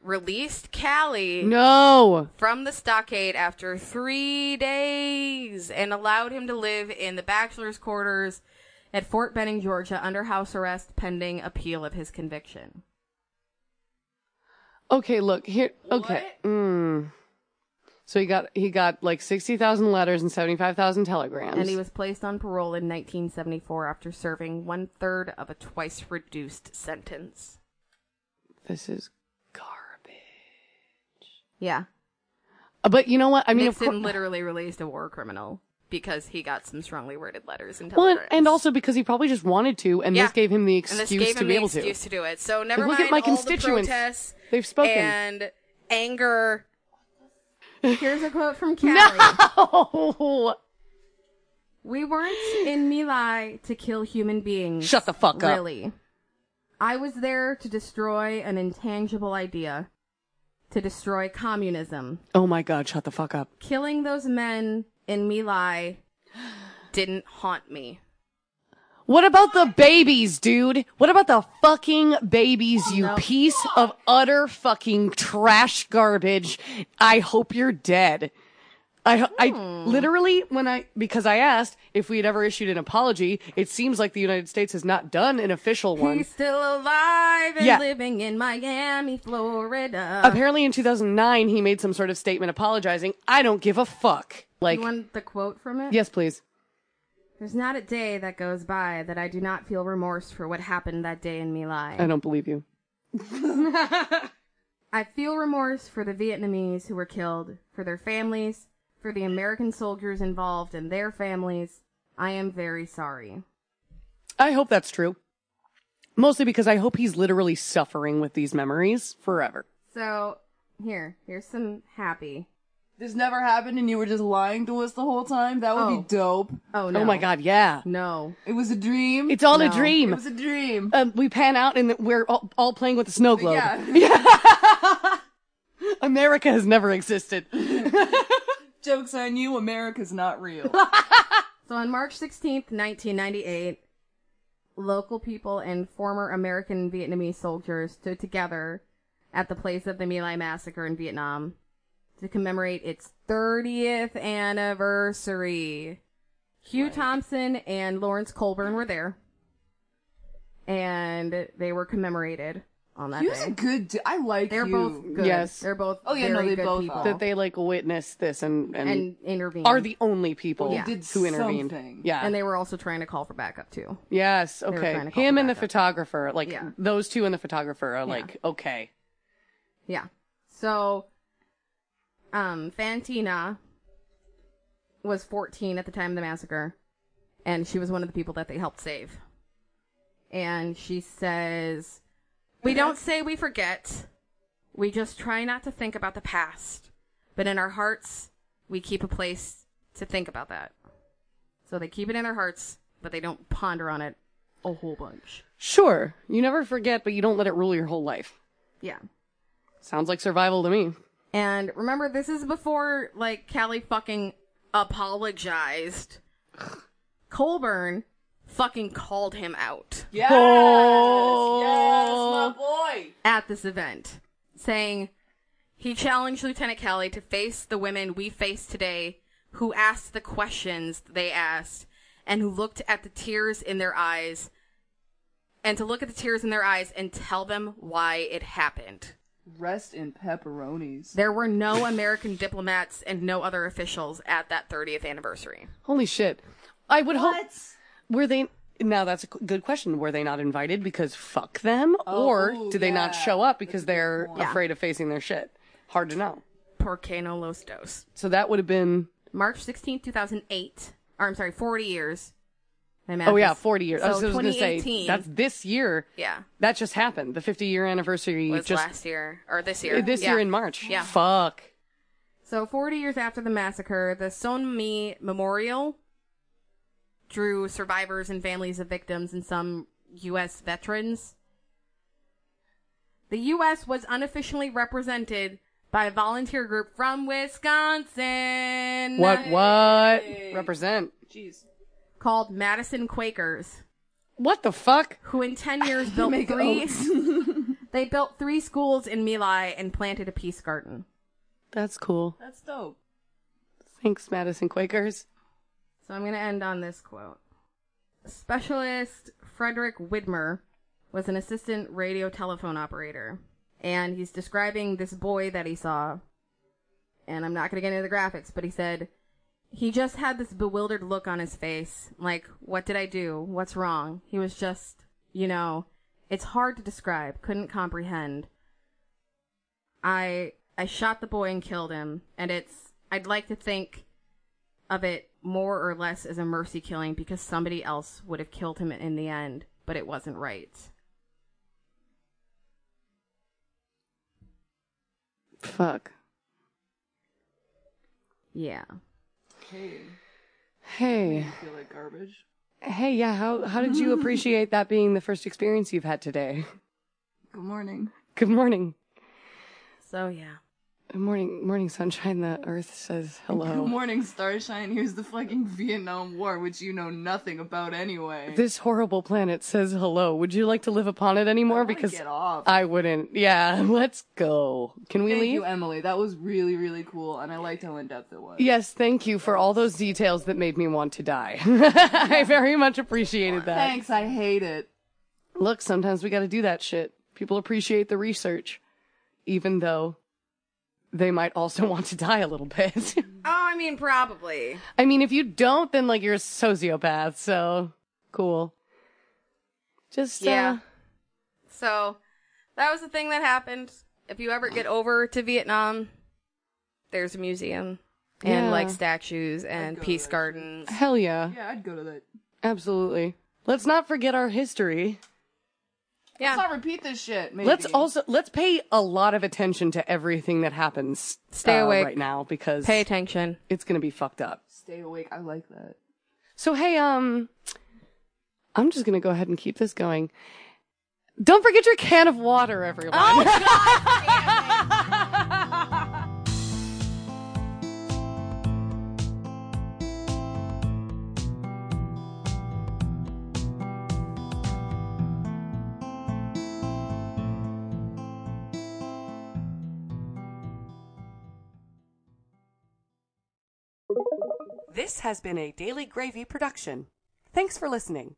Speaker 2: Released Callie.
Speaker 1: No.
Speaker 2: from the stockade after three days and allowed him to live in the bachelor's quarters at Fort Benning, Georgia, under house arrest pending appeal of his conviction.
Speaker 1: Okay, look, here okay. Mm. So he got he got like 60,000 letters and 75,000 telegrams.
Speaker 2: And he was placed on parole in 1974 after serving one third of a twice reduced sentence.
Speaker 1: This is garbage.
Speaker 2: Yeah.
Speaker 1: Uh, But you know what? I mean,
Speaker 2: Nixon
Speaker 1: of course.
Speaker 2: literally released a war criminal because he got some strongly worded letters and
Speaker 1: Well, and,
Speaker 2: telegrams.
Speaker 1: and also because he probably just wanted to, and
Speaker 2: Yeah.
Speaker 1: this gave him the
Speaker 2: And
Speaker 1: excuse
Speaker 2: this gave
Speaker 1: to
Speaker 2: him
Speaker 1: be
Speaker 2: the
Speaker 1: able
Speaker 2: excuse
Speaker 1: to.
Speaker 2: to do it. So never
Speaker 1: Like,
Speaker 2: mind
Speaker 1: look at my
Speaker 2: all the
Speaker 1: constituents.
Speaker 2: protests
Speaker 1: They've spoken.
Speaker 2: and anger Here's a quote from Callie.
Speaker 1: Oh,
Speaker 2: We weren't in Milai to kill human beings.
Speaker 1: shut the fuck up.
Speaker 2: Really. I was there to destroy an intangible idea. To destroy communism.
Speaker 1: Oh my god, shut the fuck up.
Speaker 2: Killing those men in Milai didn't haunt me.
Speaker 1: What about the babies, dude? What about the fucking babies, you piece of utter fucking trash garbage? I hope you're dead. I, ho- I literally, when I, because I asked if we had ever issued an apology, it seems like the United States has not done an official one.
Speaker 2: He's still alive and
Speaker 1: Yeah.
Speaker 2: living in Miami, Florida.
Speaker 1: Apparently in 2009, he made some sort of statement apologizing. I don't give a fuck. Like,
Speaker 2: you want the quote from it?
Speaker 1: yes, please.
Speaker 2: There's not a day that goes by that I do not feel remorse for what happened that day in Milai.
Speaker 1: I don't believe you.
Speaker 2: I feel remorse for the Vietnamese who were killed, for their families, for the American soldiers involved and their families. I am very sorry.
Speaker 1: I hope that's true. Mostly because I hope he's literally suffering with these memories forever.
Speaker 2: So, here, here's some happy.
Speaker 6: This never happened and you were just lying to us the whole time? That would
Speaker 2: Oh.
Speaker 6: be dope.
Speaker 2: Oh no.
Speaker 1: Oh my god, yeah.
Speaker 2: No.
Speaker 6: It was a dream.
Speaker 1: It's all a
Speaker 2: No.
Speaker 1: dream.
Speaker 6: it was a dream.
Speaker 1: um, we pan out and we're all, all playing with the snow globe.
Speaker 6: Yeah.
Speaker 1: America has never existed.
Speaker 6: Jokes on you, America's not real.
Speaker 2: So on March 16th, 1998, local people and former American and Vietnamese soldiers stood together at the place of the My Lai massacre in Vietnam to commemorate its 30th anniversary. Hugh Thompson and Lawrence Colburn were there, and they were commemorated on that
Speaker 6: he was a
Speaker 2: day.
Speaker 6: good dude. I like
Speaker 2: They're
Speaker 6: you.
Speaker 2: both good.
Speaker 1: Yes.
Speaker 2: they're both.
Speaker 6: Oh, yeah, no,
Speaker 2: very
Speaker 6: they
Speaker 2: good
Speaker 6: both
Speaker 2: people.
Speaker 6: are.
Speaker 1: that they like witness this and, and,
Speaker 2: and intervened.
Speaker 1: are the only people
Speaker 2: Yeah.
Speaker 6: Did
Speaker 1: who intervened.
Speaker 6: something.
Speaker 1: Yeah.
Speaker 2: and they were also trying to call for backup too.
Speaker 1: yes.
Speaker 2: were trying
Speaker 1: Okay.
Speaker 2: to call
Speaker 1: Him
Speaker 2: it
Speaker 1: and the
Speaker 2: back up.
Speaker 1: photographer, like
Speaker 2: Yeah.
Speaker 1: those two and the photographer are like, okay.
Speaker 2: Yeah. So, um, Fantina was 14 at the time of the massacre, and she was one of the people that they helped save. And she says, We don't say we forget. We just try not to think about the past. But in our hearts, we keep a place to think about that. So they keep it in their hearts, but they don't ponder on it a whole bunch.
Speaker 1: Sure. You never forget, but you don't let it rule your whole life.
Speaker 2: Yeah.
Speaker 1: Sounds like survival to me.
Speaker 2: And remember, this is before, like, Callie fucking apologized. Colburn fucking called him out
Speaker 6: Yes!
Speaker 1: Oh.
Speaker 6: Yes, my boy!
Speaker 2: at this event, saying he challenged Lieutenant Callie to face the women we face today who asked the questions they asked and who looked at the tears in their eyes and to look at the tears in their eyes and tell them why it happened.
Speaker 6: Rest in pepperonis.
Speaker 2: There were no American diplomats and no other officials at that 30th anniversary.
Speaker 1: Holy shit. I would hope. Were they. Now that's a qu- good question. Were they not invited because fuck them? or
Speaker 6: ooh,
Speaker 1: did they not
Speaker 6: yeah.
Speaker 1: show up because they're
Speaker 2: Yeah.
Speaker 1: afraid of facing their shit? Hard to know.
Speaker 2: Porque no los dos.
Speaker 1: So that would have been.
Speaker 2: March 16, 2008. Or I'm sorry, 40 years. My math
Speaker 1: Oh, yeah,
Speaker 2: is-
Speaker 1: 40 years. I was,
Speaker 2: So
Speaker 1: going to say,
Speaker 2: 2018.
Speaker 1: that's this year.
Speaker 2: Yeah.
Speaker 1: That just happened. The 50 year anniversary
Speaker 2: Was
Speaker 1: just.
Speaker 2: last year or this year.
Speaker 1: This
Speaker 2: Yeah.
Speaker 1: year in March.
Speaker 2: Yeah.
Speaker 1: Fuck.
Speaker 2: So 40 years after the massacre, the Sonmi Memorial drew survivors and families of victims and some U.S. veterans. The U.S. was unofficially represented by a volunteer group from Wisconsin.
Speaker 1: What, what? Represent.
Speaker 6: Jeez.
Speaker 2: Called Madison Quakers,
Speaker 1: What the fuck?
Speaker 2: who in 10 years built
Speaker 6: Make
Speaker 2: three.
Speaker 6: oats.
Speaker 2: They built three schools in Milai and planted a peace garden.
Speaker 1: That's cool.
Speaker 6: That's dope.
Speaker 1: Thanks, Madison Quakers.
Speaker 2: So I'm going to end on this quote. Specialist Frederick Widmer was an assistant radio telephone operator, and he's describing this boy that he saw. And I'm not going to get into the graphics, but he said he just had this bewildered look on his face like, what did I do? What's wrong? He was just, you know, it's hard to describe, couldn't comprehend. I I shot the boy and killed him, and it's I'd like to think of it more or less as a mercy killing because somebody else would have killed him in the end, but it wasn't right.
Speaker 1: Fuck.
Speaker 3: Yeah.
Speaker 6: Hey,
Speaker 1: Hey,
Speaker 6: feel like garbage.
Speaker 1: hey, yeah. How how did you appreciate that being the first experience you've had today?
Speaker 6: Good morning.
Speaker 1: Good morning,
Speaker 3: So yeah.
Speaker 1: Good morning, morning sunshine. The earth says
Speaker 6: Good
Speaker 1: hello.
Speaker 6: morning, Starshine. Here's the fucking Vietnam War, which you know nothing about anyway.
Speaker 1: This horrible planet says hello. Would you like to live upon it anymore?
Speaker 6: I wanna
Speaker 1: because
Speaker 6: Oh, get off.
Speaker 1: I wouldn't. Yeah, let's go. Can we
Speaker 6: Thank
Speaker 1: leave?
Speaker 6: you, Emily. That was really, really cool, and I liked how in depth it was.
Speaker 1: Yes, thank you for all those details that made me want to die. I very much appreciated that.
Speaker 6: Thanks. I hate it.
Speaker 1: Look, sometimes we got to do that shit. People appreciate the research, even though they might also want to die a little bit.
Speaker 3: Oh, I mean, probably.
Speaker 1: I mean, if you don't, then like you're a sociopath, so cool. Just, uh,
Speaker 3: Yeah.
Speaker 1: yeah.
Speaker 3: So that was the thing that happened. If you ever get over to Vietnam, there's a museum and
Speaker 1: Yeah.
Speaker 3: like statues and
Speaker 6: I'd go
Speaker 3: peace
Speaker 6: there, too.
Speaker 3: gardens.
Speaker 1: hell yeah.
Speaker 6: Yeah, I'd go to that.
Speaker 1: Absolutely. Let's not forget our history.
Speaker 3: Yeah.
Speaker 6: Let's not repeat this shit. Maybe.
Speaker 1: Let's also let's pay a lot of attention to everything that happens.
Speaker 3: Stay
Speaker 1: uh,
Speaker 3: awake.
Speaker 1: right now because
Speaker 3: Pay attention.
Speaker 1: it's gonna be fucked up.
Speaker 6: stay awake. I like that.
Speaker 1: So hey, um, I'm just gonna go ahead and keep this going. Don't forget your can of water, everyone. This has been a Daily Gravy production. Thanks for listening.